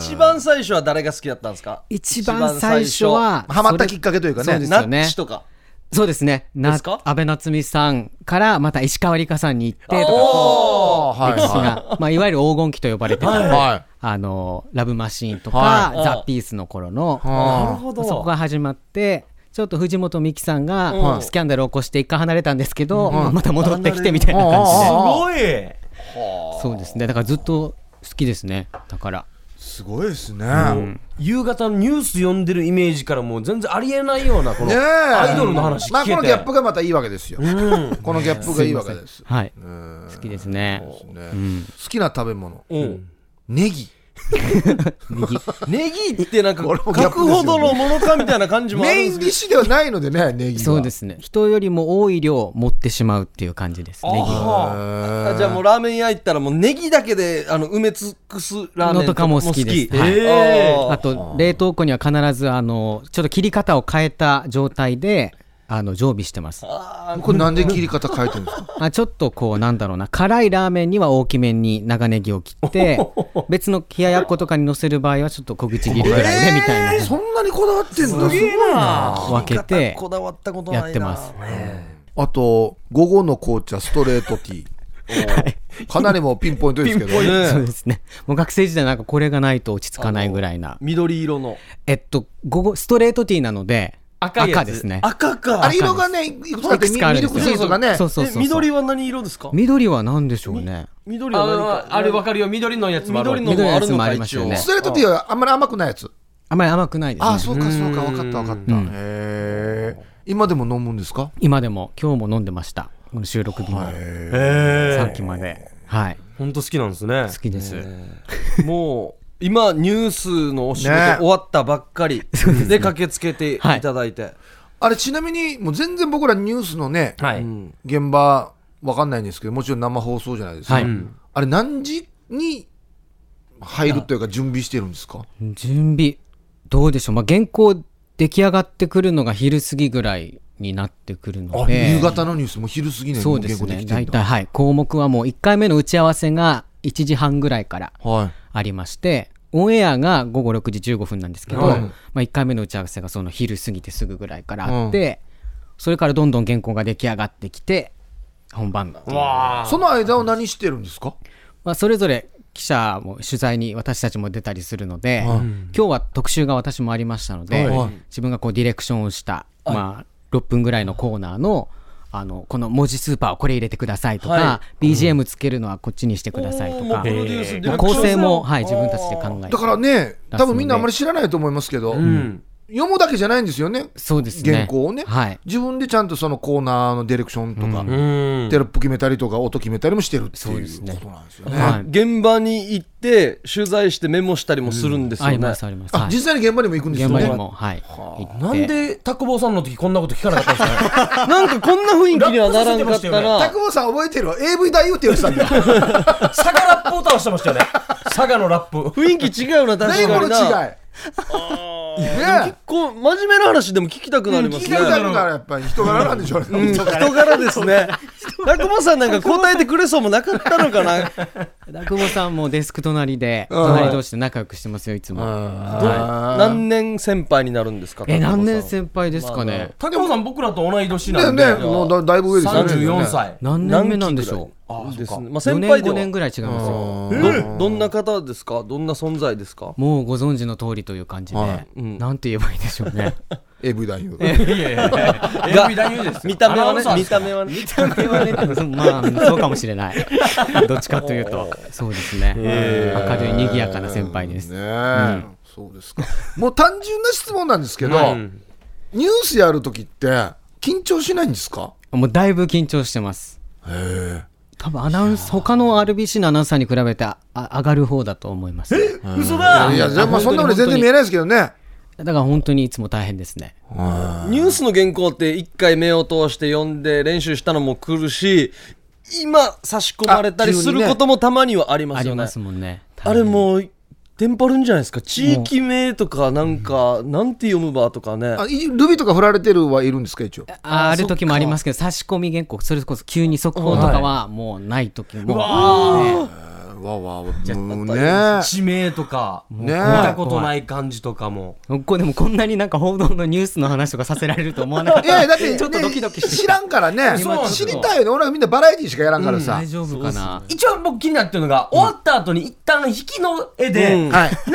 Speaker 1: 一番最初は誰が好きだったんですか
Speaker 5: 一番最初は
Speaker 3: ハマったきっかけというか
Speaker 5: そう
Speaker 3: ね
Speaker 5: です
Speaker 1: ナ
Speaker 5: よ
Speaker 1: ッ
Speaker 5: ね
Speaker 1: チとか
Speaker 5: そうですねな
Speaker 1: ですか
Speaker 5: 安倍夏実さんからまた石川梨花さんに行ってとか
Speaker 1: お
Speaker 3: あはい
Speaker 5: 歴史が、まあ、いわゆる黄金期と呼ばれてた、
Speaker 3: はい
Speaker 5: あのラブマシーンとか、
Speaker 3: は
Speaker 5: ザ・ピースの頃の、
Speaker 1: なる
Speaker 3: あ
Speaker 1: ほ
Speaker 5: そこ
Speaker 1: ど
Speaker 5: が始まってちょっと藤本美貴さんがスキャンダルを起こして一回離れたんですけど、また戻ってきてみたいな感じ
Speaker 3: うん
Speaker 5: で
Speaker 2: すごい
Speaker 5: そうですねだからずっと好きですねだから
Speaker 3: すごいですね。
Speaker 2: 夕方のニュース読んでるイメージからもう全然ありえないようなこの
Speaker 3: ねえ
Speaker 2: アイドルの話
Speaker 3: まあ
Speaker 2: 聞
Speaker 3: この
Speaker 2: け
Speaker 3: ギャッ
Speaker 2: て
Speaker 3: プがまたいいわけですよ。 このギャップがいいわけです。
Speaker 5: はい、
Speaker 3: うん
Speaker 5: 好きですね。
Speaker 3: ね好きな食べ物、
Speaker 2: うん
Speaker 3: ネギ。
Speaker 1: ネギってなんか
Speaker 3: これもギャッ
Speaker 1: 書く
Speaker 3: プですよね
Speaker 1: ほどのものかみたいな感じもあるん
Speaker 3: メイ
Speaker 1: で
Speaker 3: ン
Speaker 1: す
Speaker 3: デ
Speaker 1: け
Speaker 3: ィッシュではないのでね、ネギは。
Speaker 5: そうですね。人よりも多い量持ってしまうっていう感じです。ネギ
Speaker 2: あ
Speaker 3: へ
Speaker 2: は
Speaker 1: ど
Speaker 3: ー。
Speaker 1: あじゃあもうラーメン屋行ったらもうネギだけであの埋め尽くすラーメン
Speaker 5: のとかも好きですはい
Speaker 1: えー
Speaker 5: あと冷凍庫には必ずあのちょっと切り方を変えた状態であの常備してます。
Speaker 3: これなんで切り方変えてるんです か
Speaker 5: あちょっとこうなんだろうな辛いラーメンには大きめに長ネギを切って別の冷ややっことかにのせる場合はちょっと小口切りぐらいでみたいな
Speaker 3: そんなにこだわってんのすごいな
Speaker 5: 分けて
Speaker 1: こだわったことないな
Speaker 5: やってます。
Speaker 3: あと午後の紅茶ストレートティーかなりもうピンポイントですけど
Speaker 1: ね
Speaker 5: そうですね。もう学生時代なんかこれがないと落ち着かないぐらいな。
Speaker 1: 緑色の
Speaker 5: えっと午後ストレートティーなので
Speaker 2: 赤いやつ
Speaker 5: ですね。
Speaker 1: 赤か
Speaker 3: あれ色がねいくつかあって
Speaker 5: いく
Speaker 3: ミ
Speaker 5: つかあ
Speaker 3: ミ
Speaker 5: るんで
Speaker 3: ル
Speaker 5: す
Speaker 3: ク
Speaker 5: よ
Speaker 3: ティーとかね
Speaker 5: そうそうそう
Speaker 1: え
Speaker 5: そう。
Speaker 1: 緑は何色ですか
Speaker 5: 緑は何でしょうね。
Speaker 1: 緑
Speaker 2: あ
Speaker 1: は何か
Speaker 2: のあれわかるよ緑のやつもあるわ
Speaker 1: 緑のもある
Speaker 5: 緑のやつ
Speaker 1: の
Speaker 5: もあ
Speaker 1: か
Speaker 5: ります
Speaker 1: 一
Speaker 5: よ
Speaker 1: 応
Speaker 5: ね
Speaker 3: ストレートティーはあんまり甘くないやつ
Speaker 5: あまり甘くないですね。
Speaker 3: ああそうかそうか分かった分かったへえ今でも飲むんですか
Speaker 5: 今でも今日も飲んでました。この収録日も
Speaker 2: へ
Speaker 5: さ
Speaker 2: え
Speaker 5: っきまで。はい。
Speaker 2: 本当好きなんですね
Speaker 5: 好きです。
Speaker 1: もう今ニュースのお仕事
Speaker 3: ね
Speaker 1: 終わったばっかりで駆けつけていただいて、
Speaker 3: あれちなみにもう全然僕らニュースのね
Speaker 2: はい
Speaker 1: うん
Speaker 3: 現場わかんないんですけどもちろん生放送じゃないですか
Speaker 5: はい
Speaker 3: あれ何時に入るというか準備してるんですか
Speaker 5: 準備どうでしょう。まあ原稿出来上がってくるのが昼過ぎぐらいになってくるので。
Speaker 3: 夕方のニュースもう昼過ぎにはも
Speaker 5: そう
Speaker 3: う
Speaker 5: で
Speaker 3: 原
Speaker 5: す
Speaker 3: 稿で
Speaker 5: ね。
Speaker 3: きてる
Speaker 5: 大
Speaker 3: んだ
Speaker 5: 体はい。項目はもう1回目の打ち合わせが1時半ぐらいから
Speaker 3: はい
Speaker 5: ありまして、オンエアが午後6時15分なんですけど、
Speaker 3: はい
Speaker 5: まあ、1回目の打ち合わせがその昼過ぎてすぐぐらいからあって、それからどんどん原稿が出来上がってきて本番っていう
Speaker 2: わあ
Speaker 3: その間を何してるんですか
Speaker 5: まあ、それぞれ記者も取材に私たちも出たりするので、今日は特集が私もありましたので、
Speaker 3: はい
Speaker 5: 自分がこうディレクションをした、まあ、6分ぐらいのコーナーのあのこの文字スーパーをこれ入れてくださいとか、
Speaker 1: は
Speaker 5: BGM つけるのはこっちにしてくださいと
Speaker 1: もう
Speaker 5: か
Speaker 1: プロデュースディレクション
Speaker 5: 構成も、はい、自分たちで考えて
Speaker 3: だからね、多分みんなあ
Speaker 5: 出すので
Speaker 3: まり知らないと思いますけど、読むだけじゃないんですよね、
Speaker 5: そうですね
Speaker 3: 原稿をね、
Speaker 5: はい
Speaker 3: 自分でちゃんとそのコーナーのディレクションとか、
Speaker 2: うん
Speaker 3: テロップ決めたりとか、音決めたりもしてるっていう
Speaker 5: ね
Speaker 3: ことなんですよね。
Speaker 5: はい
Speaker 1: 現場に行って取材してメモしたりもするんですよ
Speaker 5: あ
Speaker 1: ね、
Speaker 5: りますあります、
Speaker 3: あ
Speaker 5: はい、
Speaker 3: 実際に現場にも行くんです
Speaker 5: 現
Speaker 3: よ
Speaker 5: 場に
Speaker 3: ね。
Speaker 5: も、はい、行
Speaker 2: な
Speaker 5: っ
Speaker 2: ん
Speaker 5: て
Speaker 2: でタクボーさんの時こんなこと聞かなかったんですかね
Speaker 1: なんかこんな雰囲気にはならんかった
Speaker 2: ラ
Speaker 1: な
Speaker 3: 拓保さん覚えてる AV 大優って言われてたん だよ。
Speaker 2: 佐賀ラップを倒してましたよね佐賀のラップ
Speaker 1: 雰囲気違うな確
Speaker 3: 何
Speaker 1: か
Speaker 3: この
Speaker 1: に
Speaker 3: 違い。
Speaker 1: な
Speaker 3: ねえ
Speaker 1: こう真面目な話でも聞きたくなりま
Speaker 3: 聞
Speaker 1: す
Speaker 3: き
Speaker 1: ね
Speaker 3: たくなるからやっぱり人柄なんでしょう
Speaker 1: うん
Speaker 3: ね。
Speaker 1: 人柄ですね。落語さんなんか答えてくれそうもなかったのかな。
Speaker 5: 落語さんもデスク隣で隣同士で仲良くしてますよいつも、
Speaker 3: はい
Speaker 1: 何年先輩になるんですか。
Speaker 5: え何年
Speaker 1: 先
Speaker 5: 先輩ですかね、
Speaker 2: タクボーさん僕らと同い年なん
Speaker 3: ね
Speaker 2: で
Speaker 3: ねもうだだいぶ上ですよね。
Speaker 2: 34歳
Speaker 5: 何年目なんでしょう
Speaker 1: 輩ですね。まあ
Speaker 5: 4
Speaker 1: 先
Speaker 5: 年
Speaker 1: 輩で
Speaker 5: 5
Speaker 1: は
Speaker 5: 年ぐらい違いますよ
Speaker 1: どどんな方ですか。どんな存在ですか。
Speaker 5: もうご存知の通りという感じで、
Speaker 3: はい
Speaker 1: うん
Speaker 5: なんて言えばいいでしょう ね
Speaker 3: AV 大優。
Speaker 2: いやいやい や AV 男優ですよ
Speaker 1: 見た目
Speaker 2: アナウンサ
Speaker 1: は
Speaker 2: ー
Speaker 1: ね。
Speaker 2: で
Speaker 1: 見
Speaker 2: すか
Speaker 1: た目はね。
Speaker 5: まあそうかもしれない どっちかとい うとそうですね明るい賑やかな先輩です、
Speaker 3: ねえ、そうですか。もう単純な質問なんですけど、
Speaker 2: うん
Speaker 3: ニュースやるときって緊張しないんですか？
Speaker 5: もうだいぶ緊張してます多分アナウンス他の RBC のアナウンサーに比べてあ上がる方だと思いますだか
Speaker 2: 嘘だ
Speaker 3: いや、じゃあまあそんなの全然見えないですけどね。
Speaker 5: ら本当にいつも大変ですね
Speaker 1: ニュースの原稿って一回目を通して読んで練習したのも来るし、今差し込まれたり
Speaker 3: あ急に
Speaker 1: す
Speaker 3: ね
Speaker 1: ることもたまにはありま
Speaker 5: あ
Speaker 1: す
Speaker 5: り
Speaker 1: よね
Speaker 5: ま。すもんね
Speaker 1: あれもうテンパるんじゃないですか。地域名とかなんかなんて読むばとかね。
Speaker 3: あ、いルビとか振られてるはいるんですか一応。
Speaker 5: あある時もありますけど差し込み原稿それこそ急に速報とかはもうない時も、
Speaker 3: わわわ、もうね。
Speaker 2: 地名とか見
Speaker 3: ね
Speaker 2: たことない感じとかも
Speaker 5: こうでもこんなになんか報道のニュースの話とかさせられると思わなかっ
Speaker 3: いやいや
Speaker 5: た
Speaker 3: だって、ね、
Speaker 5: ちょっとドキドキしてき
Speaker 3: 知らんからね
Speaker 2: そうなんです
Speaker 3: 知
Speaker 2: よ
Speaker 3: りたいの俺はみんなバラエティーしかやらんからさ、
Speaker 5: 大丈夫かな
Speaker 2: 一応僕気になってるのが、終わった後に一旦引きの絵で、
Speaker 1: うん
Speaker 2: なんかプ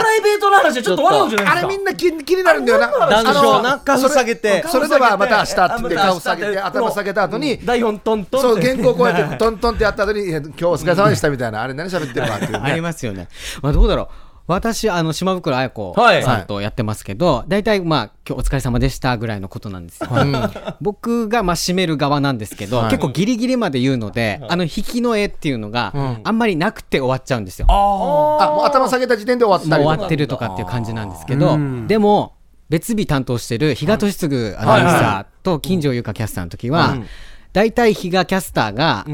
Speaker 2: ライベートの話はちょっと笑うじゃない
Speaker 3: あ
Speaker 2: ですか。
Speaker 3: れみんな気気になるんだよな
Speaker 1: なんだろう
Speaker 3: あの
Speaker 1: なんか
Speaker 3: それ
Speaker 1: 下げて
Speaker 3: それではまた明日って言って
Speaker 2: あ
Speaker 3: 顔
Speaker 2: また明日
Speaker 3: 下げて頭下げた後に
Speaker 2: 台本トントン
Speaker 3: そう
Speaker 2: って
Speaker 3: 原稿こうやってトントンってやった後にいや「今日お疲れ様でした」みたいなあれ何喋ってるかっていう
Speaker 5: あり
Speaker 3: ね
Speaker 5: ますよね、まあ、どうだろう私、あの、島袋綾子
Speaker 2: はい
Speaker 5: さんとやってますけど、大体、まあ、今日お疲れ様でしたぐらいのことなんですよ。僕が、まあ、締める側なんですけど、結構ギリギリまで言うので、あの、引きの絵っていうのが、あんまりなくて終わっちゃうんですよ。
Speaker 3: あもう頭下げた時点で終わったり
Speaker 5: も
Speaker 3: と
Speaker 5: う終わ
Speaker 3: か
Speaker 5: ってるとかっていう感じなんですけど、でも、別日担当してる比嘉俊嗣アナウンサーと金城優香キャスターの時は、大体比嘉キャスターが、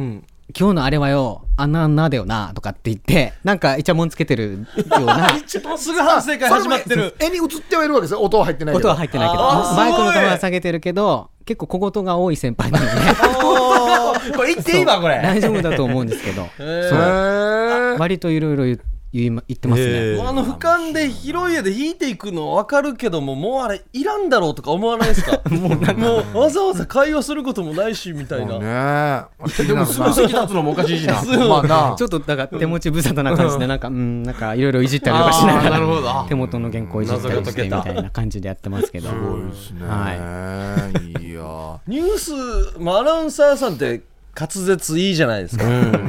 Speaker 5: 今日のあれはよ、あんなあんなだよな、とかって言って、なんかイチャモンつけてるような
Speaker 1: 一番すぐ反省会始まって る
Speaker 3: 絵に映ってはいるわけですよ音は入ってないけ
Speaker 5: 音
Speaker 3: ど
Speaker 5: は入ってないけど、
Speaker 2: あー
Speaker 5: マイクの
Speaker 2: すごい
Speaker 5: 球は下げてるけど、結構小言が多い先輩なので、
Speaker 2: これ言っていいわこれ
Speaker 5: 大丈夫だと思うんですけど、
Speaker 3: へー
Speaker 5: 割といろいろ言言いま言ってますね。
Speaker 1: あの俯瞰で広い絵で引いていくの分かるけどももうあれいらんだろうとか思わないですかもうわざわざ会話することもないしみたいな、
Speaker 3: ねで
Speaker 2: でも
Speaker 3: も
Speaker 2: すぐ席立つのもおかしいしな
Speaker 3: まあな
Speaker 5: ちょっとだから手持ち無沙汰な感じでなんかうんなんかいろいろいじったりとかしなが
Speaker 2: あーなるほ
Speaker 5: ら
Speaker 2: ど
Speaker 5: 手元の原稿いじったりしてみたいな感じでやってますけど。
Speaker 3: ですね
Speaker 5: はい
Speaker 3: いや
Speaker 1: ニュース、まあ、アナウンサーさんって滑舌いいじゃないですか、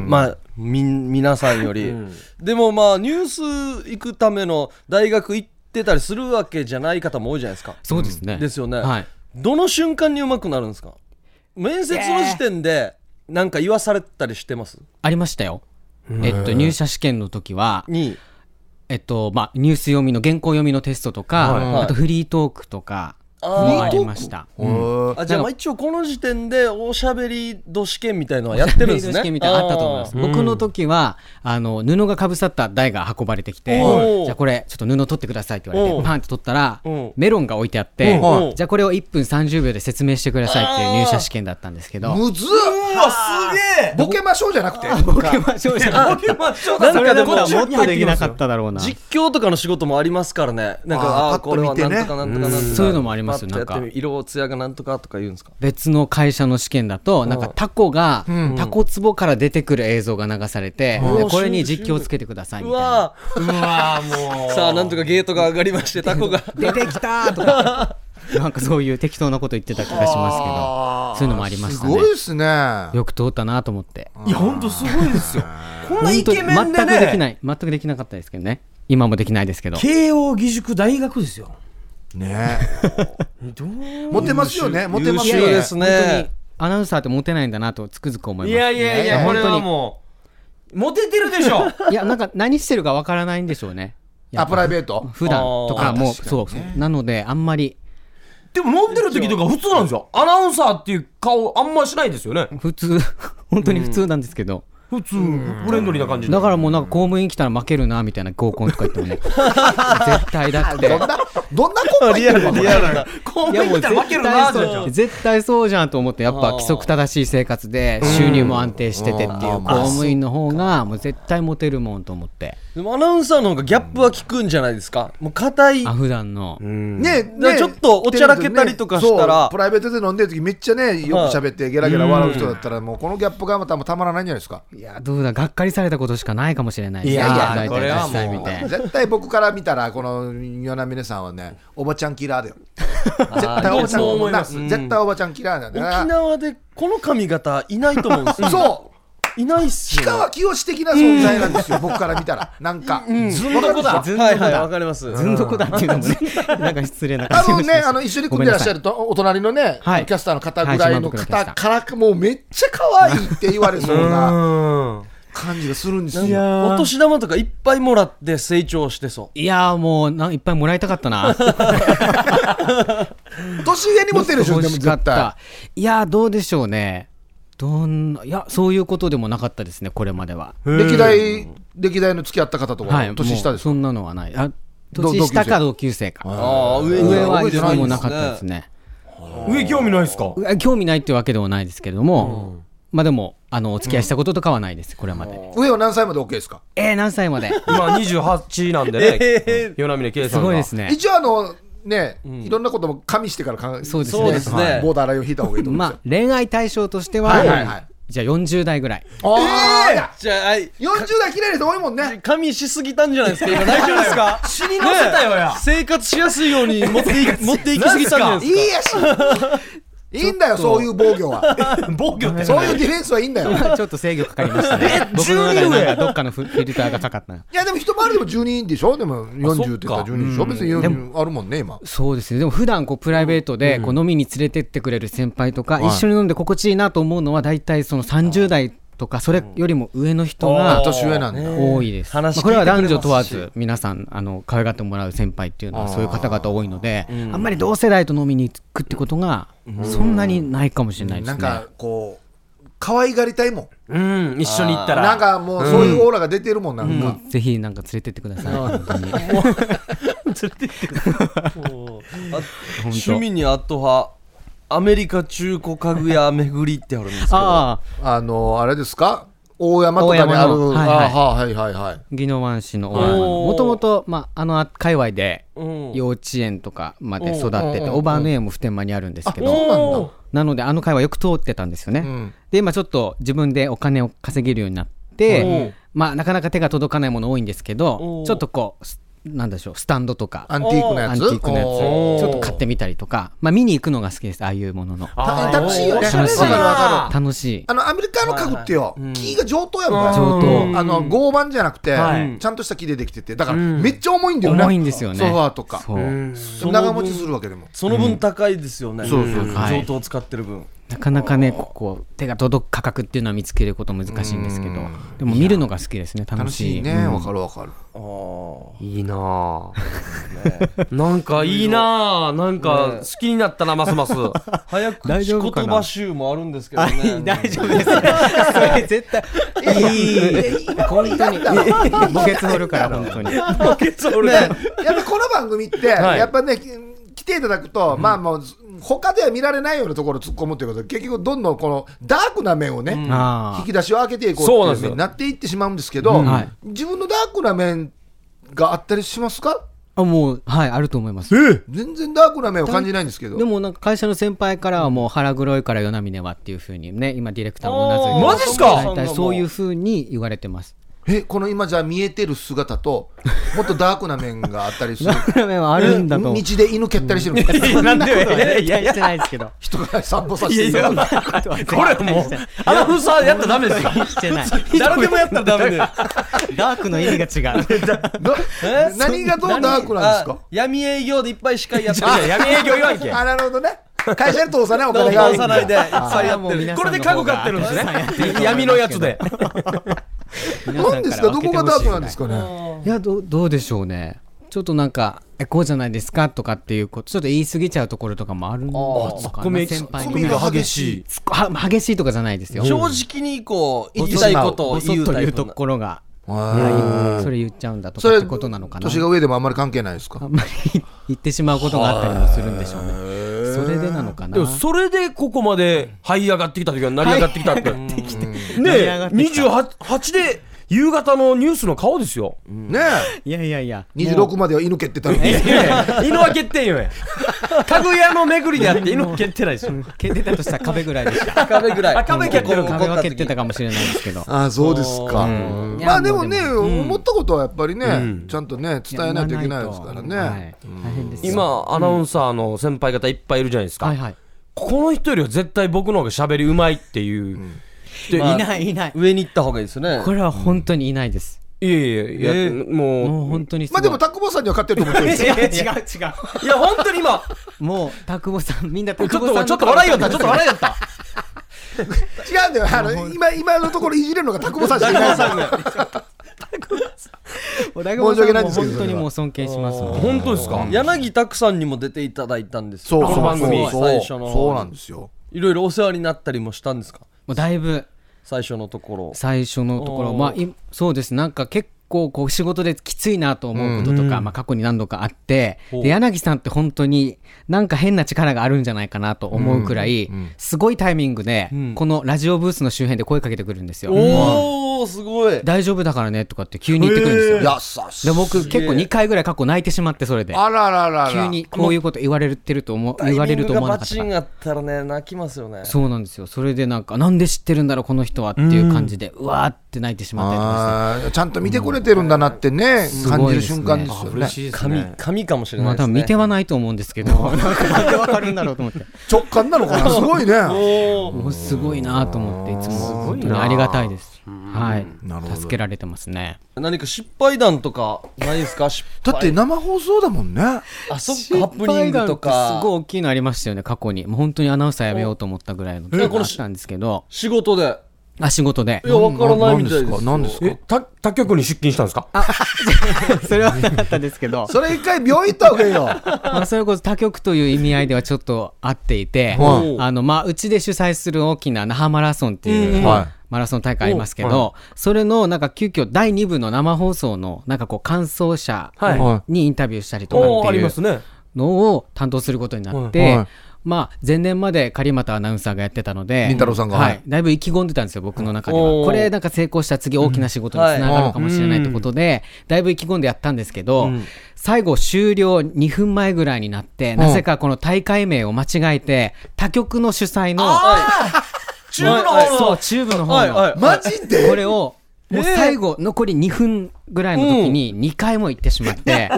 Speaker 1: まあみ皆さんより、でもまあニュース行くための大学行ってたりするわけじゃない方も多いじゃないですか
Speaker 5: そうですね。
Speaker 1: ですよね、
Speaker 5: はい。
Speaker 1: どの瞬間にうまくなるんですか面接の時点でなんか言わされたりしてます
Speaker 5: ありましたよ。えっと入社試験の時は
Speaker 1: に
Speaker 5: えっとまあニュース読みの原稿読みのテストと
Speaker 1: はい
Speaker 5: かあとフリートークとかもありました。
Speaker 3: うん
Speaker 1: あじゃあまあ一応この時点でおしゃべり度試験みたいのはやってるんですね
Speaker 5: メール試験みたいなのあったと思います。僕の時は、あの、布がかぶさった台が運ばれてきて、
Speaker 1: おー
Speaker 5: じゃあこれ、ちょっと布取ってくださいって言われ
Speaker 1: お
Speaker 5: て、
Speaker 1: ー
Speaker 5: パンって取ったら
Speaker 1: うん、
Speaker 5: メロンが置いてあって
Speaker 1: おー、
Speaker 5: じゃあこれを1分30秒で説明してくださいっていう入社試験だったんですけど、
Speaker 3: むずっ
Speaker 2: わすげえ
Speaker 3: ボケましょうじゃなくて
Speaker 5: ボケましょうじゃなくて
Speaker 1: なん
Speaker 5: それ
Speaker 1: か
Speaker 5: だ
Speaker 1: で
Speaker 5: っ
Speaker 1: も
Speaker 5: たらもっとできなかっただろうな。
Speaker 1: 実況とかの仕事もありますからねなんか
Speaker 3: あー
Speaker 1: ああーこ
Speaker 3: パッ
Speaker 1: とれ
Speaker 3: 見
Speaker 1: は
Speaker 3: て
Speaker 1: なん
Speaker 3: ね
Speaker 1: とかなんとかなんとか
Speaker 5: そういうのもあります
Speaker 1: パッとやってみ
Speaker 5: なんか
Speaker 1: 色艶がなんとかとか言うんですか
Speaker 5: 別の会社の試験だと、なんかタコが、タコ壺から出てくる映像が流されて、でこれに実況をつけてくださいうみたいな。
Speaker 1: わうわもうさあなんとかゲートが上がりましてタコが
Speaker 5: 出てきたとかなんかそういう適当なこと言ってた気がしますけどそういうのもありまし
Speaker 3: す
Speaker 5: たね
Speaker 3: ごいですね
Speaker 5: よく通ったなと思って
Speaker 2: いや本当すごいですよ こんなイ
Speaker 5: 本当に
Speaker 2: ケメンで
Speaker 5: 全くでき
Speaker 2: ね
Speaker 5: ない全くできなかったですけどね今もできないですけど
Speaker 2: 慶応義塾大学ですよ
Speaker 3: ね
Speaker 2: どう
Speaker 3: モテますよねモテます
Speaker 1: 優
Speaker 3: よ
Speaker 1: 秀で
Speaker 3: ね
Speaker 1: す
Speaker 5: 本当
Speaker 1: ね
Speaker 5: にアナウンサーってモテないんだなとつくづく思います
Speaker 2: いやいやいやこ
Speaker 5: 本
Speaker 2: れ
Speaker 5: 当
Speaker 2: は
Speaker 5: に
Speaker 2: もうモテてるでし ょ
Speaker 5: いやなんか何してるかわからないんでしょうねや
Speaker 3: あ
Speaker 5: っ
Speaker 3: プ
Speaker 5: ぱ
Speaker 3: ライベート
Speaker 5: 普段とかも
Speaker 3: あー確か
Speaker 5: そうそうなのであんまり
Speaker 2: でも飲んでる時とか普通なんですよアナウンサーっていう顔あんましないですよね
Speaker 5: 普通 本当に普通なんですけど
Speaker 2: 普通フレンドリーな感じで
Speaker 5: だからもうなんか公務員来たら負けるなみたいな合コンとか言ってもね絶対だって
Speaker 3: どんなどんなコンビ
Speaker 1: アルリアルな
Speaker 2: 公務員来たら負けるなーって
Speaker 5: 絶対そうじゃんと思ってやっぱ規則正しい生活で収入も安定しててっていう公務員の方がもう絶対モテるもんと思って
Speaker 1: でもアナウンサーの方がギャップは効くんじゃないですかもう硬い
Speaker 5: あ普段の
Speaker 3: ね
Speaker 1: だからちょっとおちゃらけたりとかしたら
Speaker 3: そうプライベートで飲んでる時めっちゃねよく喋ってゲラゲラ笑う人だったらもうこのギャップがまたたまらないんじゃないですか
Speaker 5: いやどうだがっかりされたことしかないかもしれない
Speaker 2: いや
Speaker 5: ね
Speaker 2: いや
Speaker 5: 大体
Speaker 2: これはもう
Speaker 5: 実際見て
Speaker 3: 絶対僕から見たらこの与那嶺さんはねおばちゃんキラーだよ絶対おばちゃん
Speaker 2: そう思い
Speaker 3: な
Speaker 2: ます
Speaker 3: 絶対おばちゃんキラーなんだ
Speaker 1: 沖
Speaker 3: よ
Speaker 1: 縄でこの髪型いないと思うんです
Speaker 3: な
Speaker 1: よ
Speaker 3: そう
Speaker 1: いないっす
Speaker 3: 氷
Speaker 1: よ
Speaker 3: 川きよし的な存在なんですよ僕から見たらなんか
Speaker 1: ずんどこだはいはいわかります
Speaker 5: ずんどこだっていうのもねなんか失礼な
Speaker 3: あ
Speaker 5: 感じ
Speaker 3: の
Speaker 5: がし
Speaker 3: ね、あの一緒に組んでらっしゃ
Speaker 5: る
Speaker 3: るとお隣のね、
Speaker 5: はい
Speaker 3: キャスターの方ぐらいの
Speaker 5: はい島袋キャスタ
Speaker 3: 方
Speaker 5: ー
Speaker 3: からかもうめっちゃ可愛いって言われそうな
Speaker 2: うん
Speaker 3: 感じがするんです
Speaker 1: なん
Speaker 3: よ。
Speaker 1: かお年玉とかいっぱいもらって成長してそ
Speaker 5: いやもうないっぱいもらいたかったな
Speaker 3: 年上に持ってるでしょ、
Speaker 5: 欲
Speaker 3: でも
Speaker 5: しかっ
Speaker 3: 絶対
Speaker 5: た。いやどうでしょうねどんないやそういうことでもなかったですねこれまでは
Speaker 3: 歴代、歴代の付き合った方とか、年下
Speaker 5: もう
Speaker 3: でしょ。
Speaker 5: そんなのはないあ
Speaker 3: ど
Speaker 5: 年下か同級生か
Speaker 1: うああ上に
Speaker 5: 上は
Speaker 1: 覚え
Speaker 5: 一
Speaker 1: てない
Speaker 5: 度
Speaker 1: ん
Speaker 5: もなかったですね
Speaker 2: 上興味ないですか
Speaker 5: う興味ないっていうわけではないですけれども、まあでもあのお付き合いしたこととかはないですこれまで、
Speaker 3: 上は何歳まで OK ですか
Speaker 5: えー、何歳 まで
Speaker 2: 今28なんでね与那嶺圭
Speaker 5: す
Speaker 2: さんが
Speaker 5: ごいですね
Speaker 3: 一応あの、ね、いろんなことも加味してから考え
Speaker 5: そうですね
Speaker 1: そうですね
Speaker 3: はいボーダーラインを引いた方がいいと思うん
Speaker 5: ま
Speaker 3: で
Speaker 5: あ恋愛対象としては、
Speaker 3: はいはいはい
Speaker 5: じゃあ40代ぐ らい
Speaker 3: すよ。あーいや
Speaker 1: うじゃあはい
Speaker 3: 40代綺麗な人多いもんね。
Speaker 1: 髪しすぎたんじゃないですか今大丈夫です か
Speaker 2: 死に乗せたよや
Speaker 1: 生活しやすいように持ってい持っていきすぎたんじゃない
Speaker 3: い
Speaker 1: ですか
Speaker 3: いやし。いいんだよ、
Speaker 5: ちょっと
Speaker 3: そういう防御は。
Speaker 2: 防御って
Speaker 3: そういうディフェンスはいいんだよ。
Speaker 5: ちょっと制御かかりましたね。僕の中でなんかどっかのフフィルターがかかったな。
Speaker 3: いや、でも一回りでも12人でしょでも40って言ったら12人でしょ別に40あるもんね、今。
Speaker 5: そうですね。でも普段こうプライベートでこう飲みに連れてってくれる先輩とか、一緒に飲んで心地いいなと思うのは大体その30代とかそれよりも上の人
Speaker 2: あ
Speaker 5: が
Speaker 2: ー
Speaker 3: 年上なんだ。
Speaker 5: 多いです。まあ
Speaker 1: 話聞いて
Speaker 5: これは男女問わ
Speaker 1: くれま
Speaker 5: ず皆さんあの可愛がってもらう先輩っていうのはそういう方々多いので、あんまり同世代と飲みに行くってことがそんなにないかもしれないで
Speaker 3: な
Speaker 5: す
Speaker 3: ん
Speaker 5: ね。
Speaker 3: か、こう、可愛がりたいもん。
Speaker 2: うん一緒に行ったら
Speaker 3: なんかもうそういうオーラが出てるもんなんか。
Speaker 5: ぜひなんか連れてってください。本当に。
Speaker 1: 趣味にアット派アメリカ中古家具屋巡りってあるんですけど
Speaker 5: ああ、
Speaker 3: あの、あれですか大山とかにある。
Speaker 5: 大山のはいはい
Speaker 3: あははいはいはい。
Speaker 5: 宜野湾市の
Speaker 1: おー
Speaker 5: もともとあの界隈で
Speaker 1: うん
Speaker 5: 幼稚園とかまで育って
Speaker 3: うん
Speaker 5: ておばあの家も普天間にあるんですけど
Speaker 3: そうなんだ。
Speaker 5: なのであの会はよく通ってたんですよね、
Speaker 3: ん
Speaker 5: で今ちょっと自分でお金を稼げるようになってまあなかなか手が届かないもの多いんですけ
Speaker 1: お
Speaker 5: ど
Speaker 1: ー
Speaker 5: ちょっとこうすなんでしょうスタンドとか
Speaker 3: アンティークのや
Speaker 5: アン
Speaker 3: つ
Speaker 5: ティークのや
Speaker 3: おー
Speaker 5: つちょっと買ってみたりとかまあ見に行くのが好きですああいうものの
Speaker 2: あー
Speaker 3: た楽しいよね。わか
Speaker 5: 楽しい
Speaker 3: るわかる。
Speaker 5: 楽しい
Speaker 3: あの、アメリカの家具ってよ、木が上等やもん。
Speaker 5: 上等
Speaker 3: あの、合板じゃなくて、
Speaker 2: はい
Speaker 3: ちゃんとした木でできてて、だからめっちゃ重いんだよね。
Speaker 5: 重いんですよね
Speaker 3: ソファーとか。
Speaker 5: そう
Speaker 3: 長持ちするわけでも。
Speaker 1: その分高いですよね、
Speaker 3: そうそう
Speaker 1: 上
Speaker 5: はい
Speaker 1: 等使ってる分、
Speaker 5: なかなかねここ手が届く価格っていうのは見つけること難しいんですけどでも見るのが好きですね楽
Speaker 3: 楽
Speaker 5: しい
Speaker 3: しいね。わかるわかる。
Speaker 1: あ
Speaker 2: いいなあなんかいいなあなんか好きになったなますます
Speaker 1: あ早く
Speaker 5: 大
Speaker 1: 仕
Speaker 5: 丈
Speaker 1: 言
Speaker 5: 夫かな
Speaker 1: 葉集もあるんですけどね、
Speaker 5: 大丈夫ですそれ絶対いい本当に 墓穴掘るから本当に
Speaker 3: ね、やっぱこの番組って、
Speaker 2: はい
Speaker 3: やっぱね、来ていただくと、まあもう、他では見られないようなところを突っ込むということで、結局、どんどんこのダークな面をね、
Speaker 5: あー
Speaker 3: 引き出しを開けていこう
Speaker 2: そうな
Speaker 3: っ
Speaker 2: んで
Speaker 3: て
Speaker 2: す
Speaker 3: いう
Speaker 2: よ
Speaker 3: ふうになっていってしまうんですけど、
Speaker 5: うんはい
Speaker 3: 自分のダークな面があったりしますか
Speaker 5: あもうはいあると思います
Speaker 3: 全然ダークな面を感じないんですけど。
Speaker 5: でもなんか会社の先輩からはもう腹黒いから与那峰はっていうふうにね今ディレクターもうなずいて
Speaker 1: あー
Speaker 5: ま
Speaker 2: マジっすか
Speaker 5: 大体そういうふうに言われてます
Speaker 3: え、この今じゃあ見えてる姿と、もっとダークな面があったりする。
Speaker 5: 裏面 はあるんだと
Speaker 3: 道
Speaker 5: 思う
Speaker 3: で犬蹴ったりしてるんですか
Speaker 2: なんで
Speaker 5: いやいやしてないですけど
Speaker 3: 人が散歩させてる
Speaker 2: いやいやこれもうアナウンサーやったらダメですよ
Speaker 5: してない
Speaker 1: 誰でもやったらダ メで
Speaker 5: ダークの意味が違 う
Speaker 3: な何がどうダークなんですか
Speaker 1: あ闇営業でいっぱい司会や ってる
Speaker 2: いや闇営業言わんけ
Speaker 3: あ、なるほどね。会社に通さない お
Speaker 1: どう
Speaker 3: 金
Speaker 1: も
Speaker 3: があ
Speaker 1: 倒さない
Speaker 3: る
Speaker 1: でいっ
Speaker 5: そ
Speaker 1: ぱい
Speaker 5: れ
Speaker 1: や
Speaker 5: は
Speaker 1: っ
Speaker 5: も
Speaker 1: て
Speaker 5: う
Speaker 1: る
Speaker 5: 皆さ
Speaker 2: こ
Speaker 5: ん
Speaker 2: れ
Speaker 5: の
Speaker 2: で家具
Speaker 5: 方
Speaker 2: 買っ
Speaker 5: が
Speaker 2: てるんです
Speaker 5: 皆さやってると思いますけど。
Speaker 2: ね闇のやつで
Speaker 3: 何ですかどこがダークなんですかね。
Speaker 5: いやどうどうでしょうねちょっとなんかえこうじゃないですかとかっていうことちょっと言い過ぎちゃうところとかもあるのかな
Speaker 2: ツッコミ
Speaker 5: 先輩
Speaker 3: ツッコミ
Speaker 5: に
Speaker 3: が激し
Speaker 2: しい
Speaker 5: ツッコは激しいとかじゃないですよ
Speaker 1: 正直にこう言いたいことを
Speaker 5: ボソ
Speaker 1: 言
Speaker 5: ッ
Speaker 1: う
Speaker 5: と
Speaker 1: タ
Speaker 5: 言
Speaker 1: イ
Speaker 5: う
Speaker 1: プ
Speaker 5: と
Speaker 1: な
Speaker 5: ころがそれ言っちゃうんだと
Speaker 3: そ
Speaker 5: かっ
Speaker 3: れ
Speaker 5: てことなのかな
Speaker 3: 年が上でもあんまり関係ないです
Speaker 5: あ
Speaker 3: か。
Speaker 5: んまり言ってしまうことがあったりもするんでしょうねそれでなのかな
Speaker 2: でもそれでここまで這い上がってきた時は成り上がってきたってねえ28で夕方のニュースの顔ですよ
Speaker 3: ねえ、
Speaker 5: いやいやいや
Speaker 3: 二十六までは犬蹴ってたのに。
Speaker 2: い やいや犬は蹴ってんよや家具屋の巡りであって犬は蹴ってないですよ
Speaker 5: 蹴ってたとしたら壁ぐらいでした
Speaker 1: 壁ぐらい
Speaker 2: あ壁蹴ってる
Speaker 1: ここ
Speaker 5: 壁は
Speaker 1: ここ
Speaker 5: 蹴ってたかもしれないですけど
Speaker 3: ああ、そうですか。
Speaker 5: ん
Speaker 3: まあでもね、
Speaker 5: いや
Speaker 3: 思ったことはやっぱりね、ちゃんとね、伝えないといけないですから
Speaker 5: や言わない
Speaker 3: ね。
Speaker 5: とはい大変ですよ
Speaker 2: 今アナウンサーの先輩方いっぱいいるじゃないですか、
Speaker 5: はいはい
Speaker 2: この人よりは絶対僕の方が喋りうまいっていう、
Speaker 5: いないいない
Speaker 1: 上に行った方がいいですね
Speaker 5: これは本当にいないです
Speaker 2: いやいやいや、もう
Speaker 5: もう本当にす
Speaker 3: まあで
Speaker 5: ごい
Speaker 3: も、田久保さんには勝ってると思ってるんですよ。
Speaker 5: 違う違う違
Speaker 2: いや本当に今
Speaker 5: うもう田久保さんみんな田
Speaker 2: ちょ
Speaker 5: 久
Speaker 2: っ
Speaker 5: 保さ
Speaker 2: と
Speaker 5: ん
Speaker 2: ちょっと笑いよった
Speaker 5: ち
Speaker 2: ちょっ
Speaker 5: ょっと
Speaker 2: と笑いよった
Speaker 3: 違うんだよ、あの、今、今のところいじれるのが田久保さんしかいないですよ。申し
Speaker 5: 申
Speaker 3: 訳ないんですけど
Speaker 5: 本当にもう尊敬しますもん
Speaker 2: 本当ですか
Speaker 1: 柳拓さんにも出ていただいたんですよ
Speaker 2: うそう
Speaker 1: こ
Speaker 2: そう
Speaker 1: の番組最初の
Speaker 3: そうなんですよ。
Speaker 1: いろいろお世話になったりもしたんですか
Speaker 5: もうだいぶ
Speaker 1: 最初のところ
Speaker 5: 最初のところ
Speaker 1: おー
Speaker 5: まあいそうですなんか結構こう仕事できついなと思うこととか、まあ、過去に何度かあって、で柳さんって本当になんか変な力があるんじゃないかなと思うくらい、すごいタイミングで、このラジオブースの周辺で声かけてくるんですよ。
Speaker 1: おおーすごい
Speaker 5: 大丈夫だからねとかって急に言ってくるんですよ。
Speaker 3: 優しい
Speaker 5: で僕結構2回ぐらい過去泣いてしまってそれで
Speaker 3: あらららら
Speaker 5: 急にこういうこと言われてると思う言われると思わなかっ
Speaker 1: タイミング
Speaker 5: た
Speaker 1: がバチンあったらね泣きますよね
Speaker 5: そうなんですよそれでなんかなんで知ってるんだろうこの人はっていう感じでうわーって泣いてしまったりとか
Speaker 3: あーちゃんと見てくれてるんだなってね、
Speaker 5: す
Speaker 3: 感
Speaker 5: ご
Speaker 3: じる
Speaker 5: いですね
Speaker 3: 瞬間ですよね
Speaker 2: 嬉しいです
Speaker 1: 神
Speaker 2: ね
Speaker 1: 神かもし
Speaker 5: して
Speaker 1: れ
Speaker 5: ま
Speaker 1: ないです
Speaker 5: あ多分見て
Speaker 1: ね
Speaker 5: はないと思うんですけどなんかなんでわかるんだろうと思って
Speaker 3: 直感なのかなすごいね
Speaker 1: おー
Speaker 5: もうすごいなと思っていつも本当にありがたいですはい助けられてますね
Speaker 1: 何か失敗談とかないですか失敗
Speaker 3: だって生放送だもんね
Speaker 1: あそっかハプニングと
Speaker 5: 失敗談って
Speaker 1: か
Speaker 5: すごい大きいのありましたよね過去にもう本当にアナウンサー辞めようと思ったぐらいの
Speaker 1: え
Speaker 5: 時
Speaker 1: こ
Speaker 5: があ
Speaker 1: の
Speaker 5: っ
Speaker 1: した
Speaker 5: んですけど
Speaker 1: 仕事で
Speaker 5: あ仕事で
Speaker 1: いやわからないみたいですよ
Speaker 3: 何ですか何です
Speaker 2: え
Speaker 3: か
Speaker 2: た他局に出勤したんですか
Speaker 5: それはなかったですけ ど
Speaker 3: それ一回病院行った方がいいよ
Speaker 5: まあそれこそ他局という意味合いではちょっと合っていて、
Speaker 1: はい
Speaker 5: あのまあうちで主催する大きな那覇マラソンっていう、
Speaker 3: んはい
Speaker 5: マラソン大会ありますけど、それのなんか急遽第2部の生放送のなんかこう感想者
Speaker 2: はい
Speaker 3: は
Speaker 5: にインタビューしたりと
Speaker 2: おー
Speaker 5: か
Speaker 2: あ
Speaker 5: って
Speaker 2: り
Speaker 5: い
Speaker 2: ま
Speaker 5: う
Speaker 2: すね
Speaker 5: のを担当することになって、
Speaker 3: はいはい
Speaker 5: まあ、前年まで狩俣アナウンサーがやってたので
Speaker 3: 凛太郎さんが
Speaker 5: は
Speaker 3: はい
Speaker 5: い、だいぶ意気込んでたんですよ僕の中では
Speaker 1: おー
Speaker 5: これなんか成功したら次大きな仕事につながるかもしれないってことで、だいぶ意気込んでやったんですけど、最後終了2分前ぐらいになって、なぜかこの大会名を間違えて他局の主催の
Speaker 1: 中の
Speaker 5: はい
Speaker 1: 方
Speaker 5: そう
Speaker 1: の
Speaker 5: チューブの方
Speaker 1: はい
Speaker 5: の、
Speaker 1: はい
Speaker 3: マジで
Speaker 5: これをもう最後残り2分ぐらいの時に2回も行ってしま って、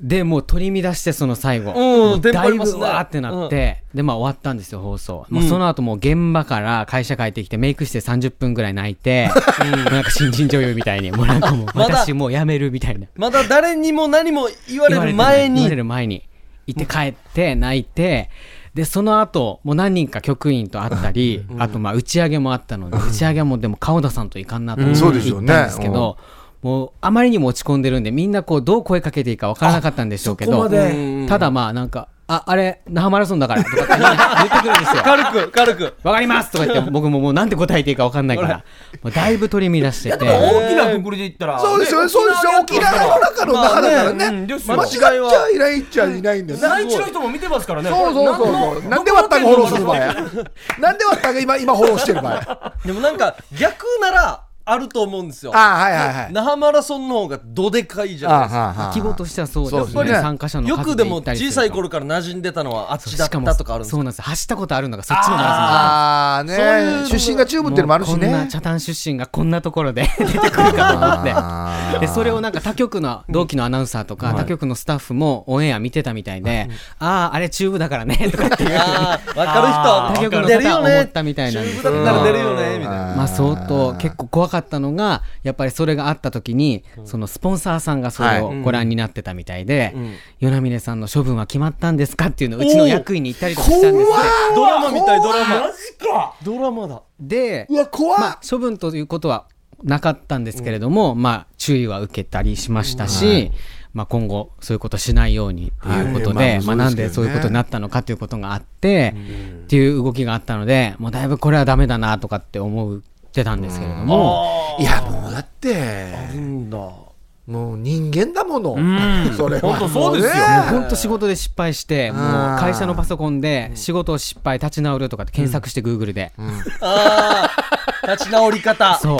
Speaker 5: でもう取り乱してその最後、
Speaker 1: うんテン
Speaker 5: だ
Speaker 1: パ
Speaker 5: い
Speaker 1: り
Speaker 5: ぶ
Speaker 1: ますね
Speaker 5: わーってなって、でまあ終わったんですよ放送、もうその後もう現場から会社帰ってきてメイクして30分ぐらい泣いて、うんなんか新人女優みたいにもうなんかもう
Speaker 1: まだ
Speaker 5: 私もう辞めるみたいな
Speaker 1: まだ誰にも何も言われる
Speaker 5: 言われて
Speaker 1: 前
Speaker 5: ない言われ
Speaker 1: に
Speaker 5: る前に行って帰って泣いてでその後もう何人か局員と会ったり、あとまあ打ち上げもあったので打ち上げもでも顔田さんといかんなと思って
Speaker 3: そう
Speaker 5: 行
Speaker 3: ですよ
Speaker 5: っ
Speaker 3: ね
Speaker 5: たんですけど、もうあまりにも落ち込んでるんでみんなこうどう声かけていいか分からなかったんでしょうけ
Speaker 2: そ
Speaker 5: ど
Speaker 2: こまで
Speaker 5: うんただまあなんか「ああれ那覇マラソンだから」とかってみんな言ってくるん ですよ。
Speaker 1: 軽く軽く
Speaker 5: わかりますとか言って僕ももうなんて答えていいか分かんないからもうだいぶ取り乱してて。
Speaker 2: 大きなくくりで言ったら
Speaker 3: そうですよねそうですよ沖縄の中の中だから
Speaker 1: まあね
Speaker 3: ね
Speaker 1: うん
Speaker 3: 間
Speaker 1: で
Speaker 3: 違っ
Speaker 1: すよ
Speaker 3: ちゃいないっちゃいないんだよね
Speaker 2: 内地の人も見てますからね
Speaker 3: そうそうそうそうなんでワッタンがフォローする場合なんでワッタンが今今フォローしてる場合 あ
Speaker 1: でもなんか逆ならあると思うんですよ
Speaker 3: あはいはいはい
Speaker 1: 那覇マラソンの方がどでかいじゃないですか
Speaker 3: あ
Speaker 5: 規模としてはそう
Speaker 3: そう
Speaker 5: で
Speaker 3: ですすね
Speaker 5: ね参加者の
Speaker 1: よ
Speaker 5: 数
Speaker 1: く
Speaker 5: で
Speaker 1: で
Speaker 5: 言
Speaker 1: も
Speaker 5: ったりす
Speaker 1: 小
Speaker 5: る
Speaker 1: さい
Speaker 5: と
Speaker 1: 頃から馴染んでたのはあっちだ
Speaker 5: し
Speaker 1: っ
Speaker 5: かも
Speaker 1: たとかあるんです
Speaker 5: そう
Speaker 1: か
Speaker 5: なんです走ったことあるのがそっちのマラソンだった
Speaker 3: ああね出身が中部っていうのもあるし
Speaker 5: こんな
Speaker 3: ね
Speaker 5: 茶炭出身がこんなところで 出てくるかと思って。
Speaker 3: あ
Speaker 5: でそれをなんか他局の同期のアナウンサーとか、他局のスタッフもオンエア見てたみたいで、あああれチューブだからねとかって いう
Speaker 1: ああわか
Speaker 5: 他
Speaker 1: る人
Speaker 5: 局の
Speaker 1: 出る
Speaker 5: 方
Speaker 1: よ
Speaker 5: は思
Speaker 1: ね
Speaker 5: ったみたいなんですけ
Speaker 1: 中部
Speaker 5: ど
Speaker 1: だったら出るよねみたいな
Speaker 5: まあ相当結構怖かったのがやっぱりそれがあった時にそのスポンサーさんがそれをご覧になってたみたいで「与那嶺さんの処分は決まったんですか?」っていうのをうちの役員に言ったりとかしたんです
Speaker 1: ドラマみたいドラマ
Speaker 5: ドラマだで
Speaker 3: うわ怖っ
Speaker 5: 処分ということはなかったんですけれども、まあ、注意は受けたりしましたし、まあ、今後そういうことしないようにということで,、
Speaker 3: はい
Speaker 5: ま
Speaker 3: まあ
Speaker 5: あなん
Speaker 3: そう
Speaker 5: で
Speaker 3: ですけどね
Speaker 5: そういうことになったのかということがあって、っていう動きがあったのでもうだいぶこれはダメだなとかって思ってたんですけれども、
Speaker 3: いやもうだって
Speaker 1: なんだ
Speaker 3: もう人間だもの、それは
Speaker 2: 本当そうですよ
Speaker 5: もう
Speaker 3: ね
Speaker 5: 本当仕事で失敗してもう会社のパソコンで仕事を失敗立ち直るとかって検索して Google で、
Speaker 1: ああ立ち直り方
Speaker 5: そう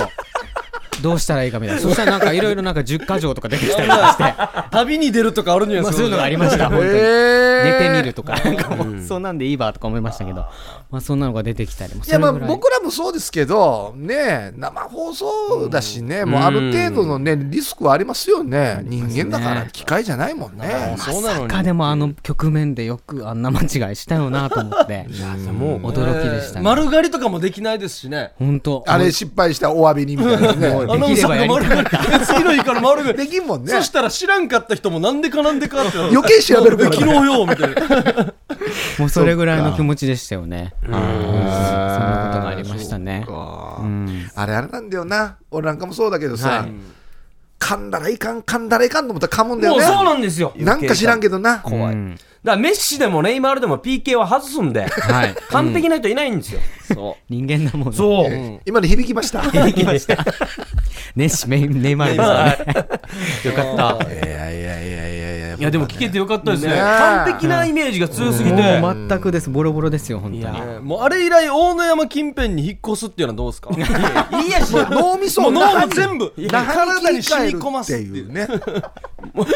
Speaker 5: どうしたらいいかみたいなそしたらなんかいろいろなんか10か条とか出て きたりとかして、ま
Speaker 1: 旅に出るとかあるんじゃな
Speaker 5: あ、
Speaker 1: いですか
Speaker 5: そういうのがありました本当に。
Speaker 3: え
Speaker 5: 寝
Speaker 3: ー
Speaker 5: てみるとか、なんかもう、そんなんでいいわとか思いましたけど、まあ、そんなのが出てきたりも
Speaker 3: いやまあ
Speaker 5: それぐら
Speaker 3: 僕らもそうですけどね生放送だしね、もうある程度のねリスクはありますよね、人間だから機械じゃないもんね
Speaker 1: そうなの
Speaker 5: いかでもあの局面でよくあんな間違いしたよなと思って、もう驚きでし
Speaker 1: えー
Speaker 5: たね。
Speaker 1: 丸刈りとかもできないですしね
Speaker 5: 本当
Speaker 3: あれ失敗したお詫びにみたいなね
Speaker 1: アナウンサーが丸刈り次の日から丸刈り
Speaker 3: できんもんね
Speaker 1: そしたら知らんかった人もなんでかなんでかって
Speaker 3: 余計調べるからね
Speaker 1: 昨日よみたいな
Speaker 5: もうそれぐらいの気持ちでしたよね。うんそんなことがありましたね。
Speaker 3: あれあれなんだよな俺なんかもそうだけどさ、噛んだらいかん噛んだらいかんと思ったら噛むんだ
Speaker 2: も
Speaker 3: よ
Speaker 2: う
Speaker 3: ね
Speaker 2: そうなんですよ
Speaker 3: なんか知らんけどな
Speaker 2: 怖いだからメッシでもネイマールでも PK は外すんで
Speaker 5: はい。
Speaker 2: 完璧な人いないんですよ
Speaker 5: 人間だもんね。
Speaker 2: そう
Speaker 3: 今の響きました
Speaker 5: できま した。ね、しめ、ネイマールですからね。よかった。
Speaker 3: いやいやいやいやいや、ね
Speaker 2: いやでも聞けてよかったですね
Speaker 3: ねえ
Speaker 2: 完璧なイメージが強すぎて、
Speaker 5: もう全くですボロボロですよ本
Speaker 2: い
Speaker 5: 当に
Speaker 2: や
Speaker 1: えーもうあれ以来大野山近辺に引っ越すっていうのはどうですか
Speaker 2: いいやし
Speaker 3: もう脳みそ
Speaker 1: も
Speaker 3: を
Speaker 1: う脳も全部
Speaker 3: 那覇
Speaker 1: 体に
Speaker 3: 切り替
Speaker 1: 染
Speaker 3: える
Speaker 1: み込ますって
Speaker 3: っ
Speaker 1: い
Speaker 3: ていう
Speaker 1: う
Speaker 3: ね
Speaker 5: も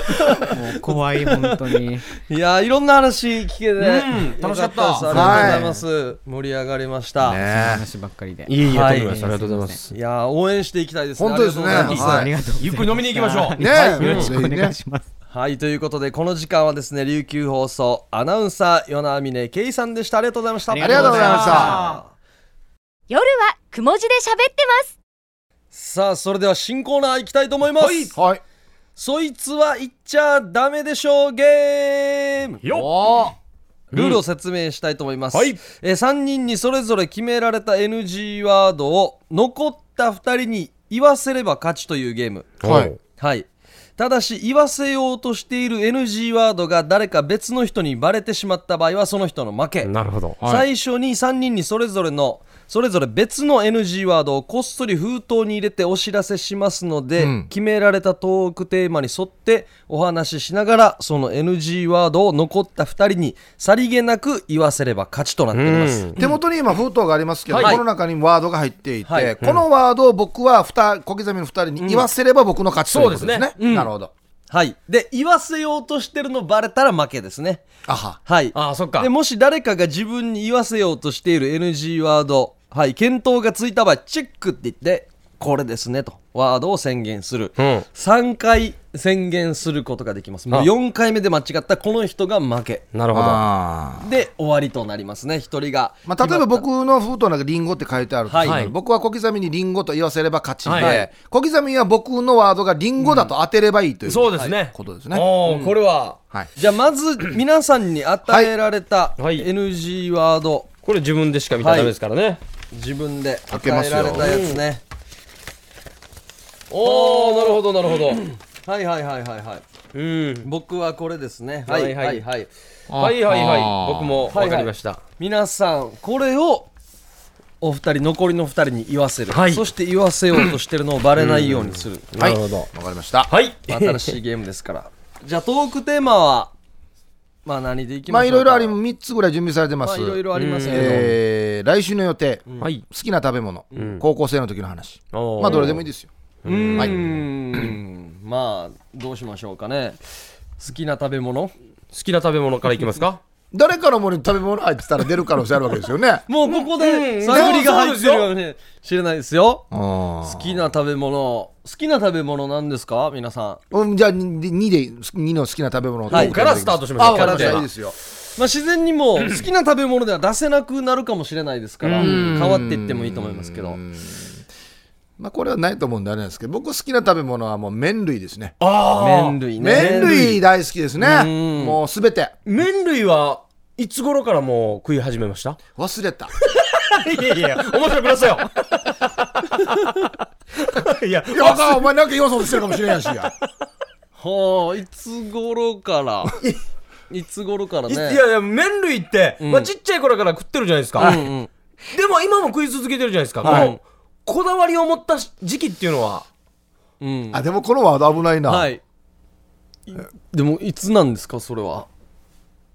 Speaker 5: う怖 い本当に
Speaker 1: いやーいろんな話聞けて、
Speaker 2: うん楽しかった
Speaker 1: よですありがとうございます、盛り上がりました、
Speaker 3: ね
Speaker 5: 話ばっかりで
Speaker 2: いいいい
Speaker 1: はい
Speaker 2: とんでもないですありがとうございます
Speaker 1: いやー応援していきたいですね
Speaker 3: 本当ですね
Speaker 1: ありがとうございます
Speaker 3: はい
Speaker 5: ありがとうございます
Speaker 2: ゆっくり飲みに行きましょう
Speaker 5: はい
Speaker 3: ね
Speaker 5: はいよろしくお
Speaker 3: ぜひ
Speaker 5: 願
Speaker 3: ね
Speaker 5: いします
Speaker 1: はいということでこの時間はですね琉球放送アナウンサー与那峰圭さんでしたありがとうございました
Speaker 5: あり
Speaker 3: がとうございました
Speaker 4: 夜はくも字で喋ってます。
Speaker 1: さあそれでは新コーナー行きたいと思います、
Speaker 3: はい
Speaker 1: そいつは言っちゃダメでしょうゲーム
Speaker 3: よ
Speaker 1: ルールを説明したいと思います、
Speaker 2: はい
Speaker 1: えー3人にそれぞれ決められた NG ワードを残った2人に言わせれば勝ちというゲーム
Speaker 3: はい
Speaker 1: はいただし言わせようとしている NG ワードが誰か別の人にバレてしまった場合はその人の負け
Speaker 2: なるほど
Speaker 1: 最初に3人にそれぞれのそれぞれ別の NG ワードをこっそり封筒に入れてお知らせしますので、
Speaker 3: うん
Speaker 1: 決められたトークテーマに沿ってお話ししながらその NG ワードを残った2人にさりげなく言わせれば勝ちとなっています、
Speaker 3: 手元に今封筒がありますけど、
Speaker 1: はい
Speaker 3: この中にワードが入っていて、
Speaker 1: はい
Speaker 3: このワードを僕はふた小刻みの2人に言わせれば僕の勝ちということですね,、
Speaker 2: そうです
Speaker 3: なるほど
Speaker 1: はいで言わせようとしてるのバレたら負けですね
Speaker 3: あは
Speaker 1: はい
Speaker 2: ああそっか
Speaker 1: でもし誰かが自分に言わせようとしている NG ワード、はい、検討がついた場合チェックって言ってこれですねとワードを宣言する、
Speaker 2: うん
Speaker 1: 3回宣言することができますもう
Speaker 2: あ
Speaker 1: 4回目で間違ったこの人が負け
Speaker 2: なるほど
Speaker 3: あー
Speaker 1: で終わりとなりますね1人が、
Speaker 3: まあ、例えば僕の封筒なんかリンゴって書いてあるとする
Speaker 1: はい
Speaker 3: 僕は小刻みにリンゴと言わせれば勝ちで、
Speaker 2: はい
Speaker 3: 小刻みは僕のワードがリンゴだと当てればいいという、
Speaker 2: そうですね、
Speaker 3: ことですね
Speaker 2: おーこれは
Speaker 3: はい
Speaker 1: じゃあまず皆さんに与えられた
Speaker 2: はい
Speaker 1: NG ワード、
Speaker 2: これ自分でしか見たらダメですからね、
Speaker 1: 自分で
Speaker 3: 開けま
Speaker 1: 与え
Speaker 3: す
Speaker 1: ら
Speaker 3: よ
Speaker 1: れたやつね、
Speaker 2: おおなるほどなるほど
Speaker 1: はいはいはいはいはい
Speaker 2: うん
Speaker 1: 僕はこれですね
Speaker 2: はい
Speaker 1: は
Speaker 2: はい
Speaker 1: い、はい
Speaker 2: はいはい
Speaker 3: あ
Speaker 2: は
Speaker 3: ー
Speaker 2: い僕も
Speaker 1: はいはい
Speaker 2: 分かりました、
Speaker 1: 皆さんこれをお二人残りの二人に言わせる、
Speaker 2: はい
Speaker 1: そして言わせようとしてるのをバレないようにする、
Speaker 3: はい
Speaker 2: なるほど
Speaker 3: わかりました、
Speaker 2: はい
Speaker 1: 新しいゲームですからじゃあトークテーマはまあ何でいき
Speaker 3: ま
Speaker 1: ま
Speaker 3: あ
Speaker 1: し
Speaker 3: い
Speaker 1: ょ
Speaker 3: ろ
Speaker 1: う
Speaker 3: い
Speaker 1: か
Speaker 3: ろあり3つぐらい準備されてま
Speaker 1: まあ
Speaker 3: す
Speaker 1: いろいろありますけど、
Speaker 3: えー来週の予定、好
Speaker 2: はい
Speaker 3: きな食べ物、高校生の時の話
Speaker 2: おー
Speaker 3: まあどれでもいいですよ
Speaker 1: うーん、
Speaker 3: は
Speaker 1: まあどうしましょうかね好きな食べ物
Speaker 2: 好きな食べ物からいきますか
Speaker 3: 誰かのものに食べ物入ってたら出る可能性あるわけですよね
Speaker 1: もうここで
Speaker 2: うん
Speaker 1: 探りが入ってる
Speaker 2: そ
Speaker 1: かもしれないですよ
Speaker 3: 好
Speaker 1: 好きな食べ物好きな食べ物なんですか皆さん
Speaker 3: うん、じゃあ 2, で2の好きな食べ物を
Speaker 1: はい
Speaker 2: からスタートしましょう
Speaker 3: あ分かりました
Speaker 2: から
Speaker 3: いいですよ
Speaker 1: まあ、自然にもう好きな食べ物では出せなくなるかもしれないですから変わっていってもいいと思いますけど
Speaker 3: まあこれはないと思うんであれなんですけど僕好きな食べ物はもう麺類ですね
Speaker 1: 麺類ね
Speaker 3: 麺類大好きですねもうすべて
Speaker 2: 麺類はいつ頃からもう食い始めました
Speaker 3: 忘 れた
Speaker 2: いやいや面白くなさよ いや
Speaker 3: いやあかんお前なんか言おうとしてるかもしれ ないしや
Speaker 1: はあいつ頃から いつ頃から
Speaker 2: いいや
Speaker 1: ね
Speaker 2: いや麺類って、まあ、ちっちゃい頃から食ってるじゃないですか、
Speaker 1: うんうん
Speaker 2: でも今も食い続けてるじゃないですか、
Speaker 1: はい
Speaker 2: このこだわりを持った時期っていうのは
Speaker 1: うん
Speaker 3: あでもこのワード危ないな、
Speaker 1: はいいでもいつなんですかそれは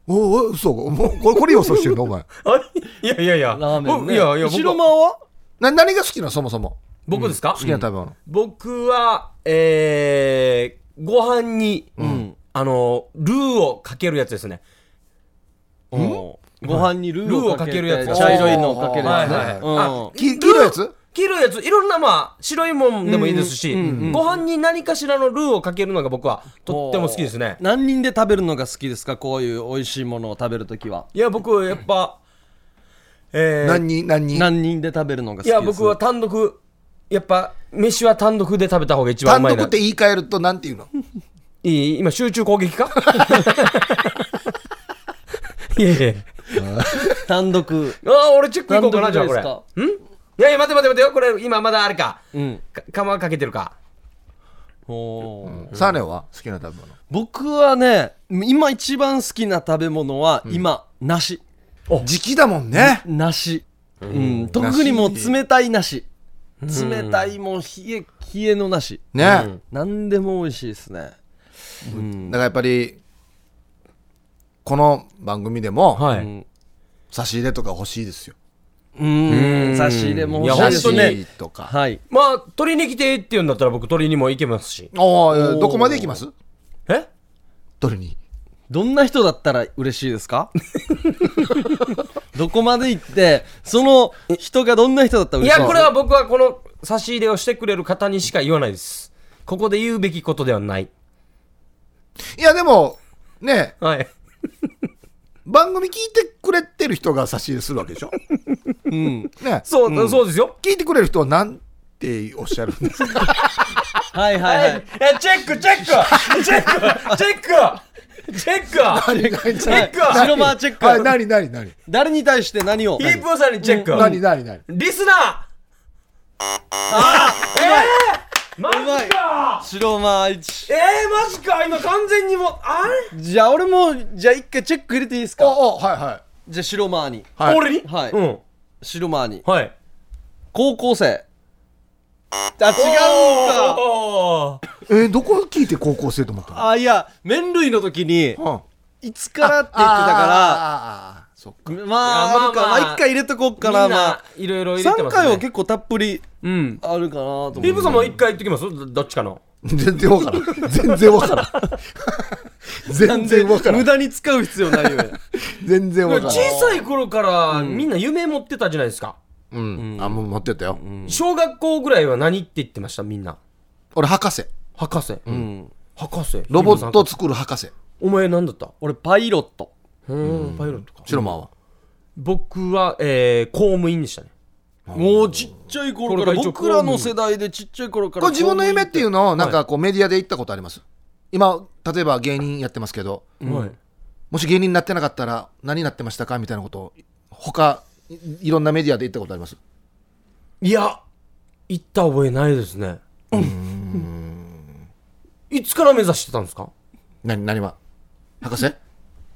Speaker 3: おお嘘もうこれこれ予想してるのお前
Speaker 2: あ いやいやいや
Speaker 1: ラーメンね
Speaker 2: 僕いやいや
Speaker 1: 後
Speaker 2: 僕
Speaker 1: ろ
Speaker 2: は
Speaker 1: 間は
Speaker 3: な何が好きなのそもそも
Speaker 2: 僕ですか、
Speaker 3: 好きな食べ物、
Speaker 2: 僕はえー、ご飯に、
Speaker 1: ん
Speaker 2: あのルーをかけるやつですね
Speaker 1: ご飯にルーをかけるや
Speaker 2: ルーをかけるや
Speaker 1: つ
Speaker 2: つ
Speaker 1: 茶色いのをかけるやつ
Speaker 2: はいはい
Speaker 1: ねうん
Speaker 3: き黄色いやつ
Speaker 2: 切るやついろんなまあ白いもんでもいいですし、ご飯に何かしらのルーをかけるのが僕はとっても好きですね
Speaker 1: 何人で食べるのが好きですかこういう美味しいものを食べるときはい
Speaker 2: や僕やっぱえー、
Speaker 3: 何人何人
Speaker 1: 何人で食べるのが好きで
Speaker 2: い
Speaker 1: す
Speaker 2: や僕は単独やっぱ飯は単独で食べた方が一番う
Speaker 3: 単
Speaker 2: まい
Speaker 3: 独
Speaker 2: な
Speaker 3: って言い換えるとなんていうの
Speaker 2: いい今集中攻撃か いやいや
Speaker 1: 単独
Speaker 2: ああ俺チェックいこうかなじゃあ
Speaker 1: 単独
Speaker 2: こ
Speaker 1: で
Speaker 2: れ
Speaker 1: すか
Speaker 2: んいやいや待て待て待てよこれ今まだあれか
Speaker 1: うん
Speaker 2: か釜かけてるか
Speaker 1: おー
Speaker 3: サーネは好きな食べ物
Speaker 1: 僕はね今一番好きな食べ物は今、梨
Speaker 3: 時期だもんね
Speaker 1: 梨、うん、特にもう冷たい梨冷たいもう冷え冷えの梨
Speaker 3: ね、
Speaker 1: 何でも美味しいですね
Speaker 3: だからやっぱりこの番組でも
Speaker 2: は
Speaker 1: う
Speaker 2: い。
Speaker 1: ん
Speaker 3: 差し入れとか欲しいですよ。
Speaker 1: うん差し入れも
Speaker 2: いや
Speaker 1: 欲
Speaker 3: 差
Speaker 1: しいで
Speaker 3: し
Speaker 1: す
Speaker 3: 入
Speaker 1: ね
Speaker 3: れとか。
Speaker 1: はい
Speaker 2: まあ、取りに来てって言うんだったら僕取りにも行けますし。
Speaker 3: おーどこまで行きます
Speaker 2: え
Speaker 3: どれに
Speaker 1: どんな人だったら嬉しいです かどこまで行ってその人がどんな人だったら
Speaker 2: い
Speaker 1: 嬉しいですか
Speaker 2: や、これは僕はこの差し入れをしてくれる方にしか言わないです。ここで言うべきことではない。
Speaker 3: いや、でも、ね、
Speaker 2: はい。
Speaker 3: 番組聞いてくれてる人が差し入れするわ けでしょ
Speaker 1: うん
Speaker 3: ね。
Speaker 2: そう、そうですよ。
Speaker 3: 聞いてくれる人は何ておっしゃるんですか
Speaker 1: はいはいはい、
Speaker 2: え、チェック、チェックチェックチェックチェック
Speaker 3: 何何
Speaker 2: チェックは
Speaker 1: 白バーチェック、
Speaker 3: はい何何何
Speaker 1: 誰に対して何を
Speaker 2: ヒープーさんにチェック
Speaker 3: 何何何
Speaker 2: リスナーあえー、マ
Speaker 1: うま
Speaker 2: ジ
Speaker 1: い
Speaker 2: か
Speaker 1: 白マーチ
Speaker 2: えー、マジか今完全にもう、あれ
Speaker 1: じゃあ俺もじゃあ一回チェック入れていいです
Speaker 3: あ
Speaker 1: か
Speaker 3: あ、はいは
Speaker 1: じゃあ白マーに
Speaker 3: い。はい、
Speaker 2: 俺に
Speaker 1: はい
Speaker 2: うん。
Speaker 1: 白マーに
Speaker 2: はい。
Speaker 1: 高校生あ違うんだ
Speaker 2: おー
Speaker 3: えーどこ聞いて高校生と思ったの
Speaker 1: あいや麺類の時に
Speaker 3: うん。
Speaker 1: いつからって言ってたから
Speaker 3: ら、そっか。
Speaker 1: まあ
Speaker 2: いや
Speaker 1: あるか
Speaker 2: まあ
Speaker 1: ま
Speaker 2: ま
Speaker 1: あ
Speaker 2: あ
Speaker 1: 一回入れとこう
Speaker 2: み
Speaker 1: か
Speaker 2: ん
Speaker 1: なまあ
Speaker 2: な、いろいろ入れて
Speaker 1: 3
Speaker 2: ますね。
Speaker 1: 回は結構たっぷり
Speaker 2: うん。
Speaker 1: あるかなと思って
Speaker 2: ヒープーさんも一回言っときますどどっちかの。
Speaker 3: 全然わからん。全然 わからん。全然わから
Speaker 1: 無
Speaker 3: ん。
Speaker 1: 駄に使う必要ないよね
Speaker 3: 全然わから
Speaker 2: 小
Speaker 3: ん。
Speaker 2: さい頃からみんな夢持ってたじゃないですか。
Speaker 3: うん。あ、もう持ってったよ。
Speaker 2: 小学校ぐらいは何って言ってましたみんな。
Speaker 3: 俺、博士。
Speaker 2: 博士。
Speaker 1: ん
Speaker 2: 博士。
Speaker 3: ロボッ
Speaker 2: ヒープーさん。
Speaker 3: ト作る博士。
Speaker 2: お前何だった
Speaker 1: 俺パイロット
Speaker 2: うん、パイロットか。
Speaker 3: 白間は。
Speaker 2: 僕は、えー、公務員でしたね。
Speaker 1: もうちっちゃい頃から
Speaker 2: これが一応
Speaker 1: 僕らの世代でちっちゃい頃か
Speaker 3: こ
Speaker 1: ら
Speaker 3: れ自分の夢っていう
Speaker 1: う
Speaker 3: のを、なんかこうメディアで言ったことあります今、例えば芸人やってますけど、
Speaker 2: はい。
Speaker 3: もし芸人になってなかったら何になってましたかみたいなことを、他、いいろんなメディアで言ったことあります
Speaker 2: いや、行った覚えないですね。いつから目指してたんですか
Speaker 3: 何、何は博士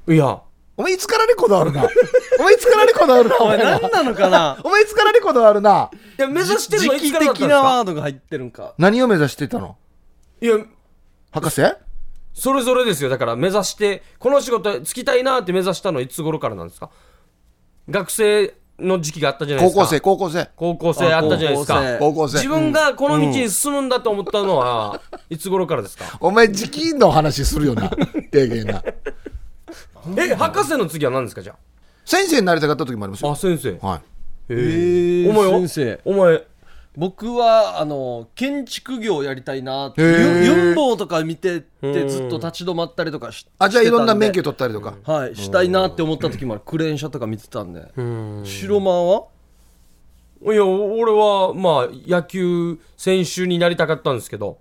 Speaker 2: いや、
Speaker 3: お前いつからにこだわ るな。お前いつからにこだわるな、お前な。
Speaker 1: 何なのかな
Speaker 3: お前いつからにこだわるな。
Speaker 2: いや目指してるのはい
Speaker 1: 時
Speaker 2: つ
Speaker 1: 期
Speaker 2: からだ
Speaker 1: 的
Speaker 2: ったんで
Speaker 1: な
Speaker 2: すか
Speaker 1: ワードが入ってるんか
Speaker 3: 何を目指してたの
Speaker 2: いや、
Speaker 3: 博士
Speaker 2: それぞれですよ。だから目指して、この仕事つきたいなって目指したのはいつ頃からなんですか学生の時期があったじゃないで
Speaker 3: 高
Speaker 2: すか。
Speaker 3: 校生、。高校生。
Speaker 2: 高校生あったじゃないです
Speaker 1: あ高校
Speaker 2: か
Speaker 1: 生。
Speaker 3: 高校生。
Speaker 2: 自分がこの道に進むんだと思ったのは、いつ頃からですか
Speaker 3: お前、時期の話するよ な。定言な。
Speaker 2: え、博士の次は何ですかじゃ
Speaker 3: 先生になりたかった時もあります
Speaker 2: あ。
Speaker 3: よ。
Speaker 2: あ、先生。
Speaker 3: はい。
Speaker 1: へー
Speaker 2: お前
Speaker 1: 先
Speaker 2: は
Speaker 1: 生
Speaker 2: お前、
Speaker 1: 僕はあの建築業やりたいなって
Speaker 3: へ
Speaker 1: ユ
Speaker 3: ー
Speaker 1: ユンボーとか見ててずっと立ち止まったりとかし
Speaker 3: あ、じゃあいろんな免
Speaker 1: して
Speaker 3: 許取ったりとか。
Speaker 1: たんではいしたいなって思った時もあるクレーン車とか見てたんで白間はい
Speaker 2: や、俺は、まあ、野球選手になりたかったんですけど、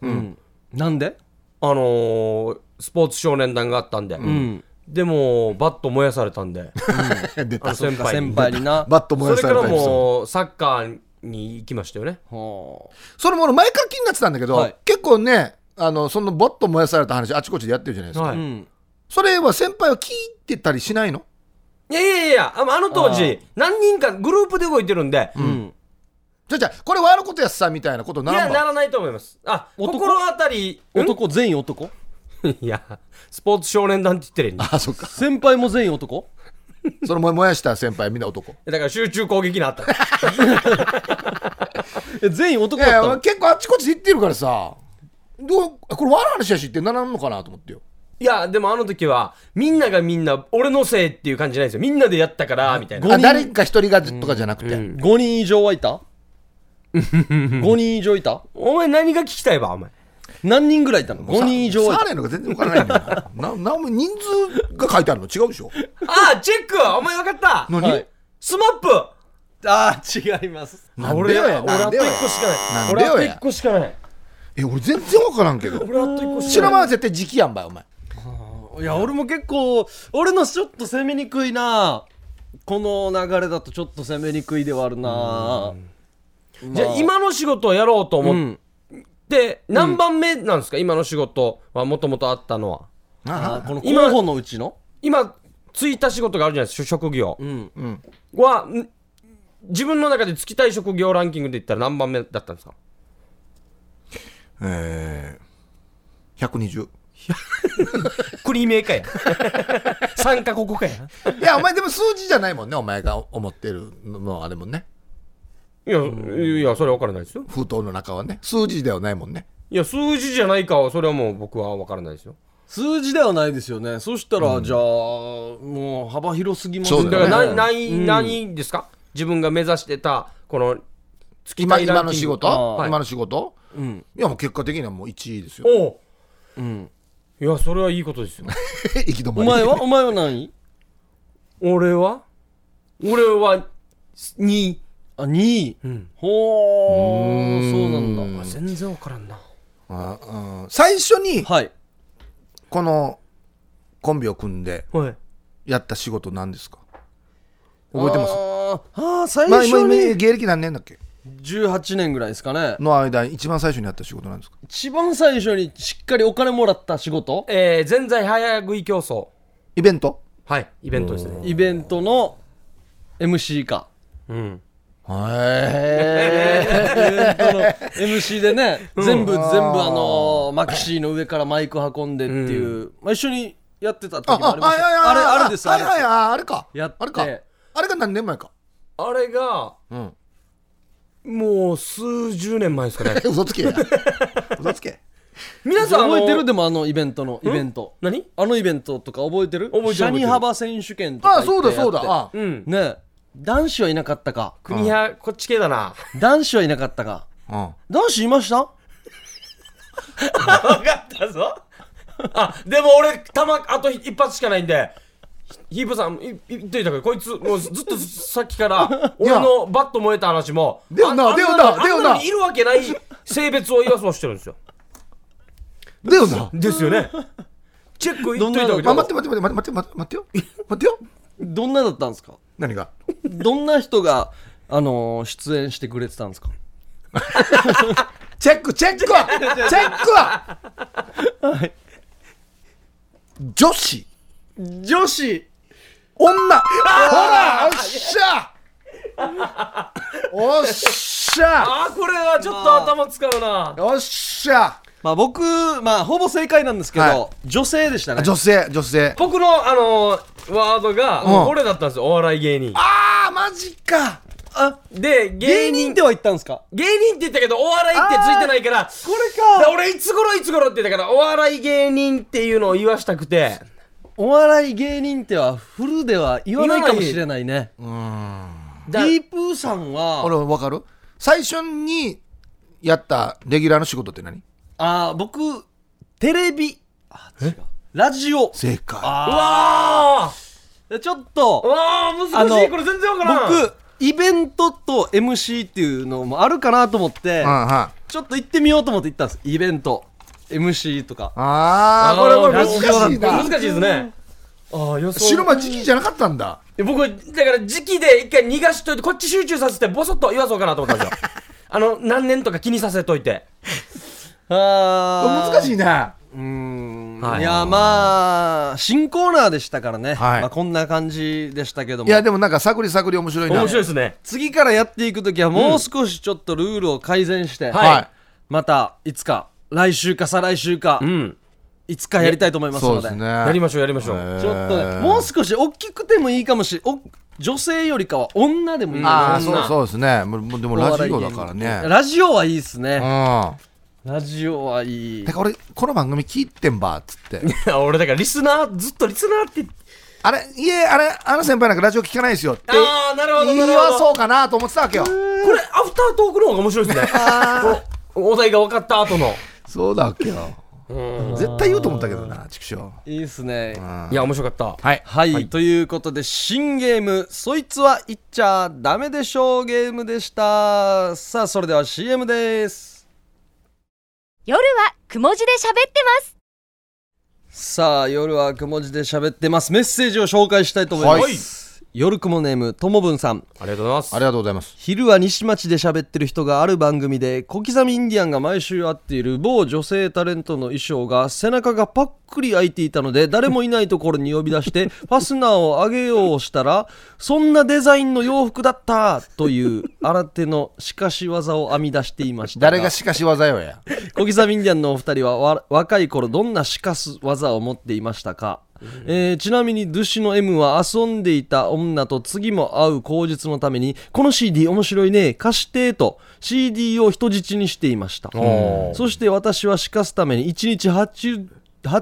Speaker 1: なんで
Speaker 2: あのースポーツ少年団があったんで、
Speaker 1: ん
Speaker 2: でも、バット燃やされたんで、
Speaker 3: 出
Speaker 2: あの
Speaker 3: た。
Speaker 2: 先輩
Speaker 1: 先
Speaker 2: に。
Speaker 1: 輩にな
Speaker 3: バット燃や
Speaker 2: それ
Speaker 3: さ
Speaker 2: か
Speaker 3: れた
Speaker 2: ら
Speaker 3: りそ
Speaker 2: もう、サッカーに行きましたよね。
Speaker 1: は
Speaker 3: それも俺前から気になってたんだけど、
Speaker 1: はい
Speaker 3: 結構ね、あの、そのバット燃やされた話あちこちでやってるじゃないですか。
Speaker 2: は
Speaker 1: あ
Speaker 2: い。
Speaker 1: う
Speaker 2: い
Speaker 1: ん
Speaker 3: それは先輩は聞いてたりしないの
Speaker 2: やいやいや、あのあの当時、何人かグループで動いてるんで、
Speaker 1: うん
Speaker 3: じゃあじゃあこれ悪いことやっさみたいなことない
Speaker 2: や、
Speaker 3: らん
Speaker 2: な
Speaker 3: ば
Speaker 2: らないと思います。あ、
Speaker 1: 男
Speaker 2: 心当たり、
Speaker 1: 男全員男
Speaker 2: んいや、スポーツ少年団って言ってるやん
Speaker 3: あ、そっか。
Speaker 1: 先輩も全員男
Speaker 3: それも燃やした先輩みんな男。
Speaker 2: だから集中攻撃なった。
Speaker 1: え全員男
Speaker 3: いやい
Speaker 1: だ
Speaker 3: や
Speaker 1: った
Speaker 3: 俺
Speaker 1: の
Speaker 3: 結構あっちこっち行ってるからさどうこれ悪い話やしってならんのかなと思ってよ
Speaker 2: いや、でもあの時は、みんながみんな、俺のせいっていう感じじゃないですよ。みんなでやったから、みたいな。
Speaker 1: 人
Speaker 3: あ誰か一人がとかじゃなくて、
Speaker 1: 5人以上はいた5人以上いた
Speaker 2: お前何が聞きたいわ、お前。
Speaker 1: 何人ぐらいいたの5人以上
Speaker 3: は
Speaker 1: はい
Speaker 3: サ
Speaker 1: た
Speaker 3: ーレのが全然わからないんだよなななんも人数が書いてあるの違うでしょ
Speaker 2: ああ、チェックお前分かった
Speaker 3: 何、
Speaker 1: はい
Speaker 2: スマップ
Speaker 1: あー違います
Speaker 3: なんでよや
Speaker 2: 俺
Speaker 3: な
Speaker 2: あ
Speaker 3: ん
Speaker 2: と
Speaker 3: で
Speaker 2: 一
Speaker 3: よ
Speaker 2: 個
Speaker 3: や
Speaker 2: しかない。
Speaker 3: なんで
Speaker 2: 俺あ
Speaker 3: よ
Speaker 2: と
Speaker 3: や
Speaker 2: 一個しかない。
Speaker 3: え俺全然わからんけど
Speaker 2: 俺あと一個し
Speaker 3: 白
Speaker 2: か
Speaker 3: 間
Speaker 2: ない。
Speaker 3: は絶対時期やんばいお前
Speaker 1: いや俺も結構俺のちょっと攻めにくいなこの流れだとちょっと攻めにくいではあるな
Speaker 2: じゃあ今の仕事をやろうと
Speaker 1: う
Speaker 2: 思っ
Speaker 1: ん
Speaker 2: て、何番目なんですか今の仕事はもともとあったのは。
Speaker 1: あ
Speaker 3: あ
Speaker 1: この
Speaker 2: 今
Speaker 1: 候補のうちの
Speaker 2: 今、ついた仕事があるじゃないですか、職業
Speaker 1: うん
Speaker 2: は、ん自分の中でつきたい職業ランキングで言ったら何番目だったんですか
Speaker 3: えー、120
Speaker 2: 国名かや。 参加国かや。
Speaker 3: いや、お前でも数字じゃないもんね、お前が思ってるのもあれもね。
Speaker 2: いや、いや、それは分からないですよ。
Speaker 3: 封筒の中はね。数字ではないもんね。
Speaker 2: いや、数字じゃないかは、それはもう僕は分からないですよ。
Speaker 1: 数字ではないですよねそしたら、じゃあもう幅広すぎます
Speaker 3: そう
Speaker 2: だから、
Speaker 3: よ
Speaker 2: な
Speaker 3: ね
Speaker 2: 何、何ですか自分が目指してた、この、月
Speaker 3: 今
Speaker 2: 単位ラ
Speaker 3: 今
Speaker 2: ンキング
Speaker 3: の仕事、
Speaker 2: はい
Speaker 3: 今の仕事
Speaker 1: うん
Speaker 3: いや、もう結果的にはもう1位ですよ。
Speaker 2: お
Speaker 1: う
Speaker 2: う
Speaker 1: ん、
Speaker 2: いや、それはいいことですよ。
Speaker 3: 行き止ま
Speaker 1: お前
Speaker 3: り。
Speaker 1: はお前は何位
Speaker 2: 俺は俺は、2位。
Speaker 1: あ2位、
Speaker 2: ん
Speaker 1: ほーそうなんだ
Speaker 2: 全然分からんな。
Speaker 3: あうん最初に、
Speaker 1: はい
Speaker 3: このコンビを組んで
Speaker 2: はい。
Speaker 3: やった仕事何ですか覚えてます
Speaker 1: あーあー最
Speaker 3: まあ、
Speaker 1: 初
Speaker 3: 今今
Speaker 1: に
Speaker 3: 芸歴何年だっけ
Speaker 1: 18年ぐらいですかね
Speaker 3: の間に一番最初にやった仕事なんですか
Speaker 1: 一番最初にしっかりお金もらった仕事
Speaker 2: えー、全財早食い競争。
Speaker 3: イベント
Speaker 2: はい、イベントですね。
Speaker 1: イベントの MC か
Speaker 2: うん。
Speaker 3: へえ
Speaker 1: MC でね全部全部あのーマキシーの上からマイク運んでっていうまあ一緒にやってた時
Speaker 3: あ
Speaker 1: もあ
Speaker 3: あ
Speaker 1: り
Speaker 3: あ
Speaker 1: ましたよあれあれですあ
Speaker 3: あ
Speaker 1: れで
Speaker 3: れ
Speaker 1: す
Speaker 3: はいはいああれか
Speaker 1: やって
Speaker 3: あれかあれが何年前か
Speaker 2: あれが、
Speaker 3: うん
Speaker 2: もう数十年前ですかね。
Speaker 3: 嘘つけや嘘つけ
Speaker 2: 皆さん、
Speaker 1: 覚えて
Speaker 2: あ
Speaker 1: る
Speaker 2: の
Speaker 1: でもあのイベントのイベント
Speaker 2: 何
Speaker 1: あのイベントとか覚えてる
Speaker 2: 覚えてる
Speaker 1: シャニ幅選手権とか
Speaker 3: あそうだそうだ
Speaker 1: 言っ
Speaker 3: あ
Speaker 2: うん
Speaker 1: て。やってね男子はいなかったか
Speaker 2: 国派、こっち 系だな。
Speaker 1: 男子はいなかったか
Speaker 3: うん
Speaker 1: 男子いました
Speaker 2: 分かったぞ。あ、でも俺、たま、あと一発しかないんで、ヒープさん、いい言っといたけど、こいつ、もうずっとさっきから、
Speaker 3: いや
Speaker 2: 俺のバット燃えた話も、
Speaker 3: でもな
Speaker 2: ああん
Speaker 3: でも
Speaker 2: な
Speaker 3: な
Speaker 2: の
Speaker 3: でもな
Speaker 2: あんなのにいるわけない性別を言わそうしてるんですよ。
Speaker 3: だよな
Speaker 2: ですよね。チェック言っといたけ
Speaker 3: あ
Speaker 2: ど、
Speaker 3: 待って待って待って待って待って待ってよ 待ってよ
Speaker 1: どんなだったんですか
Speaker 3: 何が
Speaker 1: どんな人があのー出演してくれてたんですか
Speaker 3: チェックチェックチェックは女子
Speaker 1: 女子
Speaker 3: 女ほらおっしゃおっしゃ
Speaker 2: あー、これはちょっと頭使うな。
Speaker 3: おっしゃ
Speaker 1: まあ僕まあほぼ正解なんですけど、
Speaker 3: は
Speaker 1: 女性でしたね
Speaker 3: 女性女性
Speaker 2: 僕の、あのーワードが、
Speaker 3: うん
Speaker 2: 俺だったんですよ、お笑い芸人。
Speaker 3: ああマジか
Speaker 1: あ
Speaker 2: で、芸
Speaker 1: 芸
Speaker 2: 人
Speaker 1: 人では言ったんですか
Speaker 2: 芸人って言ったけど、お笑いってついてないから、
Speaker 1: これ
Speaker 2: だから俺いつ頃いつ頃って言ったから、お笑い芸人っていうのを言わしたくて、
Speaker 1: お笑い芸人ってはフルでは言わないかもしれないねデ
Speaker 2: だ
Speaker 1: ィープーさんは
Speaker 3: 俺わかる最初にやったレギュラーの仕事って何
Speaker 1: あー僕テレビあ違うラジオ
Speaker 3: 正解
Speaker 2: う
Speaker 1: あ
Speaker 2: わ
Speaker 1: ーちょっ
Speaker 2: ーう
Speaker 1: と
Speaker 2: わー
Speaker 1: あ
Speaker 2: 難しい
Speaker 1: の
Speaker 2: これ全然わからん
Speaker 1: 僕イベントと MC っていうのもあるかなと思って
Speaker 3: うんうんあ
Speaker 1: ちょっと行ってみようと思って行ったんですイベント MC とか
Speaker 3: あーこれこれ難しい
Speaker 2: 難
Speaker 3: な
Speaker 2: しいですね。ああ、予想。
Speaker 3: 白間時期じゃなかったんだ
Speaker 2: 僕、だから時期で一回逃がしといて、こっち集中させて、ボソッと言わそうかなと思ったんです よ。あの、何年とか気にさせといて。
Speaker 1: あー
Speaker 3: 難しいな
Speaker 1: うーん
Speaker 2: はい
Speaker 1: いやまあ新コーナーでしたからね、
Speaker 3: はい
Speaker 1: まあ、こんな感じでしたけども
Speaker 3: いやでもなんか探り探り面白いな
Speaker 2: 面白いですね。
Speaker 1: 次からやっていく時はもう少しちょっとルールを改善して、
Speaker 2: はい
Speaker 3: はい
Speaker 1: またいつか来週か再来週か、
Speaker 2: うん。
Speaker 1: いつかやりたいと思います
Speaker 3: そう
Speaker 1: の
Speaker 3: で
Speaker 1: です
Speaker 3: ね
Speaker 2: やりましょう、やりましょ
Speaker 3: え
Speaker 2: う。
Speaker 3: ー
Speaker 1: ちょっとねもう少し大きくてもいいかもしれお女性よりかは女でもいい
Speaker 3: ああ
Speaker 1: です
Speaker 2: そん
Speaker 3: そ
Speaker 2: な
Speaker 3: うそうですねもうもうでも
Speaker 1: お
Speaker 3: ラ
Speaker 1: 笑い
Speaker 3: ジ
Speaker 1: 芸
Speaker 3: オ
Speaker 1: 人
Speaker 3: だからね
Speaker 1: ラジオはいいです
Speaker 3: う
Speaker 1: ね、
Speaker 3: ん
Speaker 1: ラジオはいい
Speaker 3: だから俺この番組聞いてんばっつって
Speaker 2: 俺、だからリスナー、ずっとリスナーって。
Speaker 3: あれいえあれあの先輩なんかラジオ聞かないですよって
Speaker 2: ああ、なるほど、
Speaker 3: 言
Speaker 2: ないるほど。
Speaker 3: そうかなと思ってたわけよ
Speaker 2: これ、アフタートークの方が面白い ですね。おお題が分かった後の。
Speaker 3: そうだわけよ絶対言うと思ったけどな畜生
Speaker 1: いいですね
Speaker 2: いや、面白かった。
Speaker 3: はい
Speaker 1: はい、ということで新ゲーム「そいつは言っちゃダメでしょう」ゲームでしたさあそれでは CM です
Speaker 4: 夜はくも字で喋ってます
Speaker 1: さあ夜はくも字で喋ってますメッセージを紹介したいと思います、夜雲ネームともぶんさん
Speaker 2: ありがとうございます
Speaker 3: ありがとうございます
Speaker 1: 昼は西町で喋ってる人がある番組で小刻みインディアンが毎週会っている某女性タレントの衣装が背中がパックリ開いていたので誰もいないところに呼び出してファスナーを上げようしたらそんなデザインの洋服だったという新手のしかし技を編み出していました
Speaker 3: 誰がしかし技よや
Speaker 1: 小刻みインディアンのお二人はわ若い頃どんなしかす技を持っていましたか、えーちなみにドゥシの M は遊んでいた女と次も会う口実のためにこの CD 面白いね貸してと CD を人質にしていました
Speaker 3: おー
Speaker 1: そして私はしかすために1日80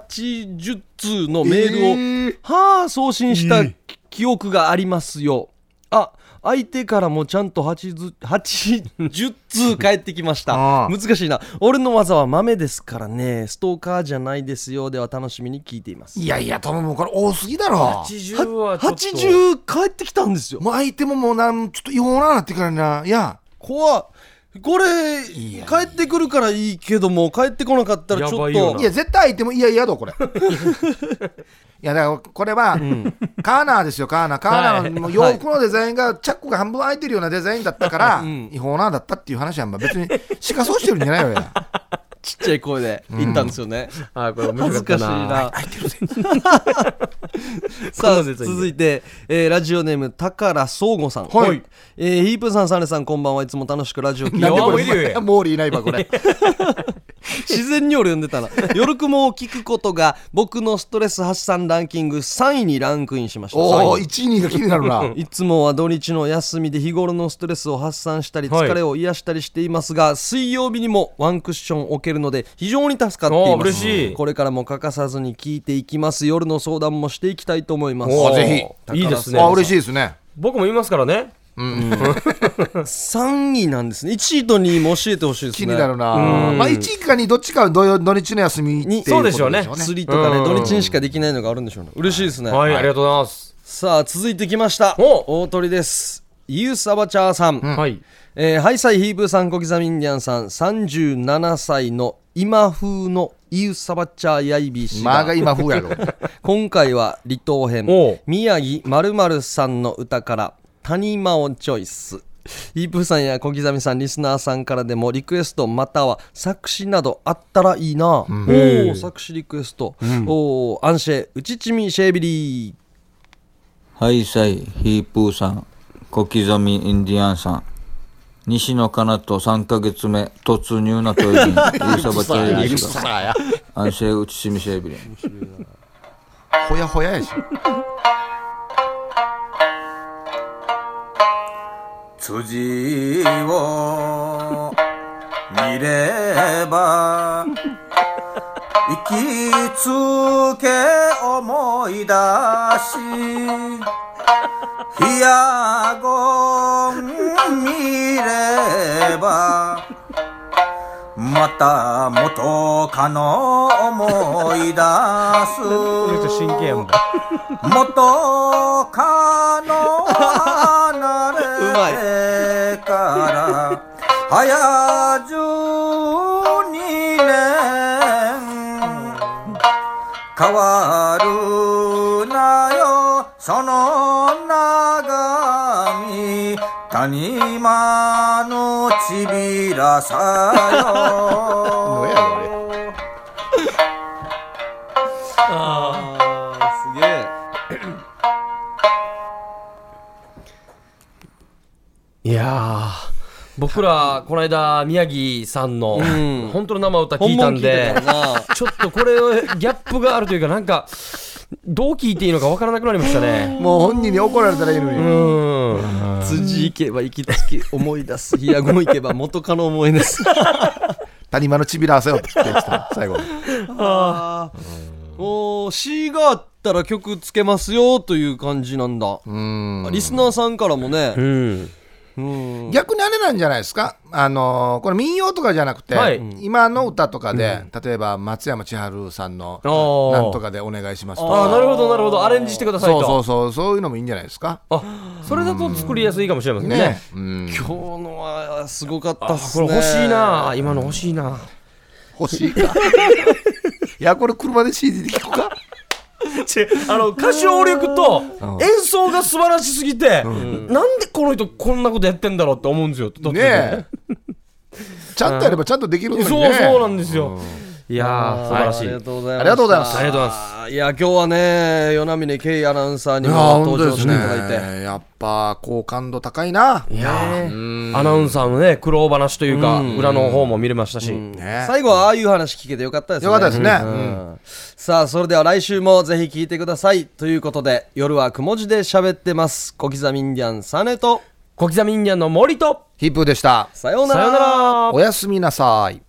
Speaker 1: 80通のメールを、はあ送信した記憶がありますよ、あ相手からもちゃんと80 80通返ってきまし た
Speaker 3: ああ
Speaker 1: 難しいな俺の技は豆ですからねストーカーじゃないですよでは楽しみに聞いています
Speaker 3: いやいや頼むこれ多すぎだろ
Speaker 2: 80はちょっと
Speaker 1: 80返ってきたんですよ
Speaker 3: もう相手ももうなんちょっと違法ななってからないや
Speaker 1: 怖っこれ帰ってくるからいいけども帰ってこなかったらちょっ
Speaker 2: やばいよ
Speaker 1: と
Speaker 2: ない
Speaker 3: や絶対相手もいやいやだこれいやだからこれは、カーナーですよカーナーカーナーのもう洋服のデザインがチャックが半分開いてるようなデザインだったから、違法なんだったっていう話はまあ別にしかそうしてるんじゃないよや
Speaker 1: ちっちゃい声で言ったんですよね、
Speaker 2: あーこれ面
Speaker 1: 恥
Speaker 2: 白
Speaker 1: ず
Speaker 2: か
Speaker 1: か
Speaker 2: っ
Speaker 1: したい
Speaker 2: な
Speaker 1: な。さあ、
Speaker 2: この説はいいね
Speaker 1: 続いて、えーラジオネーム、高良総吾さん。
Speaker 3: はい
Speaker 1: えーヒープーさん、サネさん、こんばんはいつも楽しくラジオ聞いて
Speaker 2: なんで
Speaker 1: ます
Speaker 2: これいるよや
Speaker 3: モーリーいないわこれ
Speaker 1: 自然に俺呼んで たな。夜雲を聞くことが、僕のストレス発散ランキング3位にランクインしました。
Speaker 3: おお
Speaker 1: 3位
Speaker 3: 1位2位が気になるな
Speaker 1: いつもは土日の休みで日頃のストレスを発散したり
Speaker 2: はい
Speaker 1: 疲れを癒したりしていますが、水曜日にもワンクッション置けるので非常に助かってい
Speaker 2: おー
Speaker 1: ます
Speaker 2: 嬉しい
Speaker 1: これからも欠かさずに聞いていきます夜の相談もしていきたいと思います
Speaker 3: おーぜ
Speaker 2: ひいいですね
Speaker 3: あ嬉しいですね
Speaker 2: 僕も言いますからね
Speaker 1: 3位なんですね1位と2位も教えてほしいです
Speaker 3: 気
Speaker 1: ね
Speaker 3: になるな、まあ、1位かにどっちかは土曜土日の休みってい
Speaker 1: に
Speaker 3: こと
Speaker 2: そうでしょうね
Speaker 3: しょうね
Speaker 1: 釣りとか
Speaker 2: う
Speaker 1: ね
Speaker 2: ん
Speaker 1: 土日にしかできないのがあるんでしょうね嬉しいですね、
Speaker 2: はいありがとうございます
Speaker 1: さあ続いてきました
Speaker 2: お
Speaker 1: 大鳥ですユースアバチャーさん、
Speaker 2: はい
Speaker 1: えーハイサイヒーブーさん小刻みインディアンさん37歳の今風のイウサバチャーヤイビー氏
Speaker 3: まあ
Speaker 1: が
Speaker 3: が今風やろ
Speaker 1: 今回は離島編
Speaker 2: おう
Speaker 1: 宮城まるまるさんの歌から谷間をチョイスイープーさんや小刻みさんリスナーさんからでもリクエストまたは作詞などあったらいいな、おお作詞リクエスト、おおアンシェウチチミシェービリー
Speaker 6: ハイサイ、ヒープーさん、小刻みインディアンさん、西野カナと3ヶ月目、突入なトイレに、ユーサバチャイリスが、安静打ちしみシェービリン。
Speaker 3: ほやほややし
Speaker 7: 辻を見れば行きつけ思い出し冷やごん見ればまた元カノ思い出す
Speaker 2: 真剣やもん
Speaker 7: 元カノ離れてから早十二年変わるなよその長み谷間のちびらさよ
Speaker 1: あすげえ
Speaker 2: いやー僕らこの間宮城さんの
Speaker 1: ん
Speaker 2: 本当の生歌聞
Speaker 1: 本
Speaker 2: いた
Speaker 1: 物聞
Speaker 2: ん
Speaker 1: いて
Speaker 2: で
Speaker 1: たよ な
Speaker 2: ちょっとこれギャップがあるというかなんかどう聞いていいのかわからなくなりましたね
Speaker 3: もう本人に怒られたらいいのに、
Speaker 2: うん
Speaker 1: 辻行けば行きつき思い出す冷やごん行けば元カノ思い出す
Speaker 3: 谷間のちびらせよって言ってた最後に
Speaker 1: あーおー C があったら曲つけますよという感じなんだ
Speaker 3: うん
Speaker 1: リスナーさんからも
Speaker 2: う
Speaker 1: ね、
Speaker 2: ん
Speaker 1: うん
Speaker 3: 逆にあれなんじゃないですかあのーこれ民謡とかじゃなくて、
Speaker 2: はい
Speaker 3: 今の歌とかで、例えば松山千春さんの
Speaker 2: あー
Speaker 3: 「なんとかでお願いします」と
Speaker 2: ああな
Speaker 3: か
Speaker 2: るほどなるほどアレンジしてください
Speaker 3: そう
Speaker 2: と
Speaker 3: そうそうそういうのもいいんじゃないですか
Speaker 2: あそれだと作りやすいかもしれませんね
Speaker 3: ね うん
Speaker 1: 今日のはすごかったっ
Speaker 2: あ
Speaker 1: す
Speaker 2: こ
Speaker 1: ね
Speaker 2: れ欲しいな今の欲しいな
Speaker 3: 欲しいかいやこれ車で CD で聞くか
Speaker 2: 違うあの歌唱力と演奏が素晴らしすぎて、なんでこの人こんなことやってんだろうって思うんですよ途中で
Speaker 3: ねえちゃんとやればちゃんとできるのにね
Speaker 2: そうそうなんですよ、いやー素晴らし
Speaker 1: ありが
Speaker 2: い
Speaker 1: とうございます。
Speaker 3: ありがとうございます
Speaker 2: ありがとうござい
Speaker 1: ます。いや、今日はね、与那嶺圭アナウンサーに
Speaker 3: い
Speaker 1: も
Speaker 3: や本
Speaker 1: 登
Speaker 3: 当
Speaker 1: 場
Speaker 3: で
Speaker 1: して
Speaker 3: す
Speaker 1: い
Speaker 3: ね
Speaker 1: ただいて。
Speaker 3: やっぱ好感度高いない
Speaker 2: やーアナウンサーのね苦労話というか裏の方も見れましたし、
Speaker 3: ね
Speaker 1: 最後はああいう話聞けてよかったですね。
Speaker 3: よかったですね
Speaker 1: うんさあ、それでは来週もぜひ聞いてください。ということで、夜はくも字で喋ってます。小刻みインディアンサネと、
Speaker 2: 小刻みインディアンの森と
Speaker 3: ヒップーでした
Speaker 1: さような
Speaker 2: さような
Speaker 1: ら。
Speaker 2: ら
Speaker 3: おやすみなさい